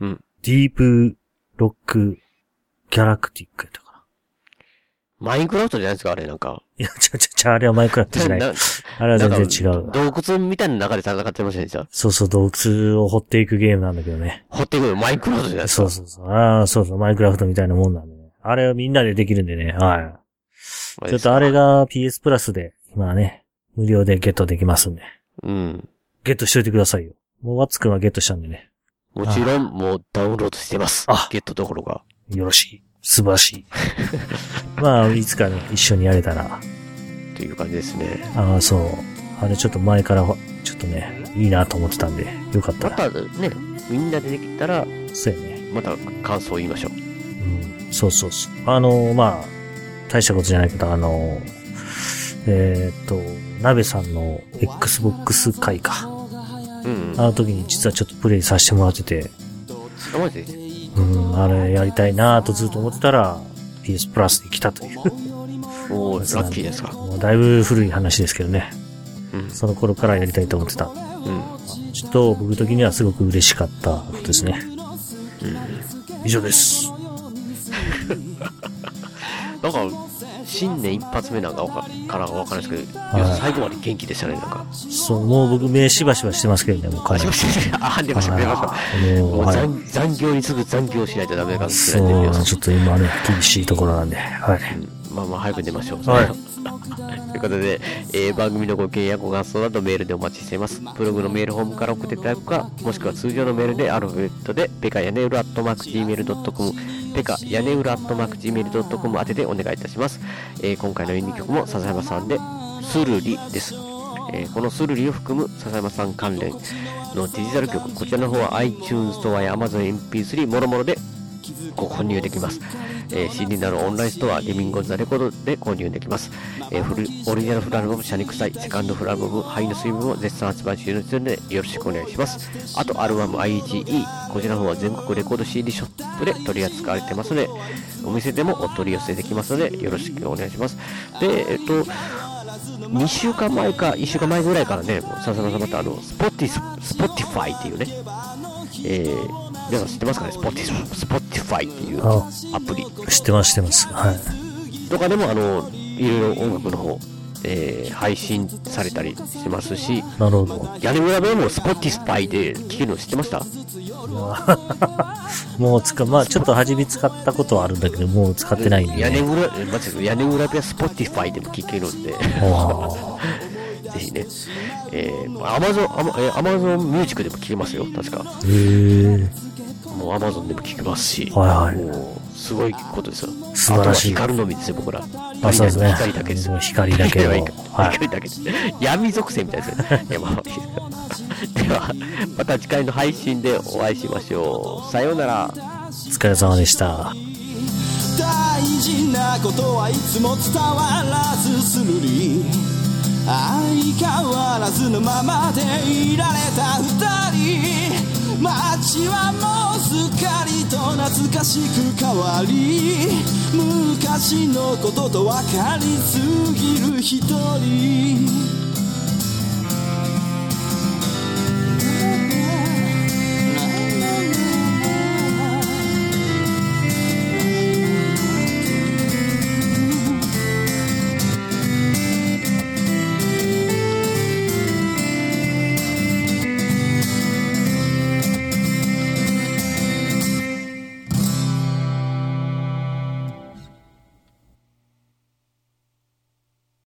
うん。ディープロックギャラクティックやったかな。マインクラフトじゃないですかあれ、なんか。いや、ちゃちゃちゃ、あれはマイクラフトじゃない。なあれは全然違なんう。か洞窟みたいな中で戦ってませんでしたそうそう、洞窟を掘っていくゲームなんだけどね。掘っていくのマインクラフトじゃないですかそうそうそう。ああ、そうそう、マイクラフトみたいなもんなんでね。あれはみんなでできるんでね。はい。ちょっとあれ。が PS プラスで、今ね、無料でゲットできますんで。うん。ゲットしといてくださいよ。もうワッツくんはゲットしたんでね。もちろん、もうダウンロードしてます。あゲットどころか。よろしい。 素晴らしい。まあ、いつかね、一緒にやれたら。っていう感じですね。ああ、そう。あれちょっと前から、ちょっとね、いいなと思ってたんで、よかったまら。たね、みんな出てきたら、そうやね。また感想を言いましょう。うん。そうそうそう。あの、まあ、大したことじゃないけど、あの、えーっと、鍋さんの Xbox 回か。うん、うん。あの時に実はちょっとプレイさせてもらってて、あマジでうん、あれやりたいなとずっと思ってたら、PS プラスに来たという。 おー、ラッキーですか。もうだいぶ古い話ですけどね。うん。その頃からやりたいと思ってた。うん。ちょっと僕的にはすごく嬉しかったことですね。以上です。なんか、新年一発目なんかわかからわかんないですけど、いいや最後まで元気でしたね、なんか。そう、もう僕目しばしばしてますけどね、もうかあ、なしりま。した、 あ、出ました、出ました。もうもうはい残残業にすぐ残業しないとダメだから、しそなういとなんいけなですいちょっと今ね、厳しいところなんで。はい。まあまあ早く出ましょう。はい ということで、えー番組のご意見やご感想などメールでお待ちしています。ブログのメールホームから送っていただくか、もしくは通常のメールでアルファベットで、ペカヤネウラアットマーク Gmail.com、ペカヤネウラアットマーク Gmail.com 宛てでお願いいたします。えー今回の演技曲も笹山さんで、スルリです。えーこのスルリを含む笹山さん関連のデジタル曲、こちらの方は iTunes ストアや AmazonMP3 もろもろでご購入できます、えー CD などオンラインストアリミング・オン・ザ・レコードで購入できます、えーフルオリジナルフルアルバム「シャニクサイ」セカンドフルアルバム「ハイのスイム」も絶賛発売中ですのでよろしくお願いしますあとアルバム IGE こちらの方は全国レコード CD ショップで取り扱われてますのでお店でもお取り寄せできますのでよろしくお願いしますでえっ、と2週間前か1週間前ぐらいからね、もう笹山さんまたあの、スポティス、スポティファイっていうね、えー、皆さん知ってますかね、スポティス、スポティファイっていうあアプリ知ってます、知ってます。はい。とかでもあの、いろいろ音楽の方、えー、配信されたりしますし、なるほど。 屋根裏部屋もスポティファイで聴けるの知ってましたもうつか、まあちょっと初め使ったことはあるんだけど、もう使ってないんで、屋根ね。裏、え待って屋根裏部屋スポティファイでも聴けるんで。あ ぜひね、えー、アマゾン、アマ、えー、アマゾンミュージックでも聴けますよ、確か。ーへえ。もう Amazon でも聞けますし、はいはいもうすごいことですよ。素晴らしあいとは光のみですよ、僕ら。あそうですね光だけですよ。光だけ の光はい光だけです。闇属性みたいです ね。いやまあいいですでは、また次回の配信でお会いしましょう。さようなら。お疲れ様でした。大事なことはいつも伝わらずするり相変わらずのままでいられた二人街はもうすっかりと懐かしく変わり昔のことと分かりすぎる一人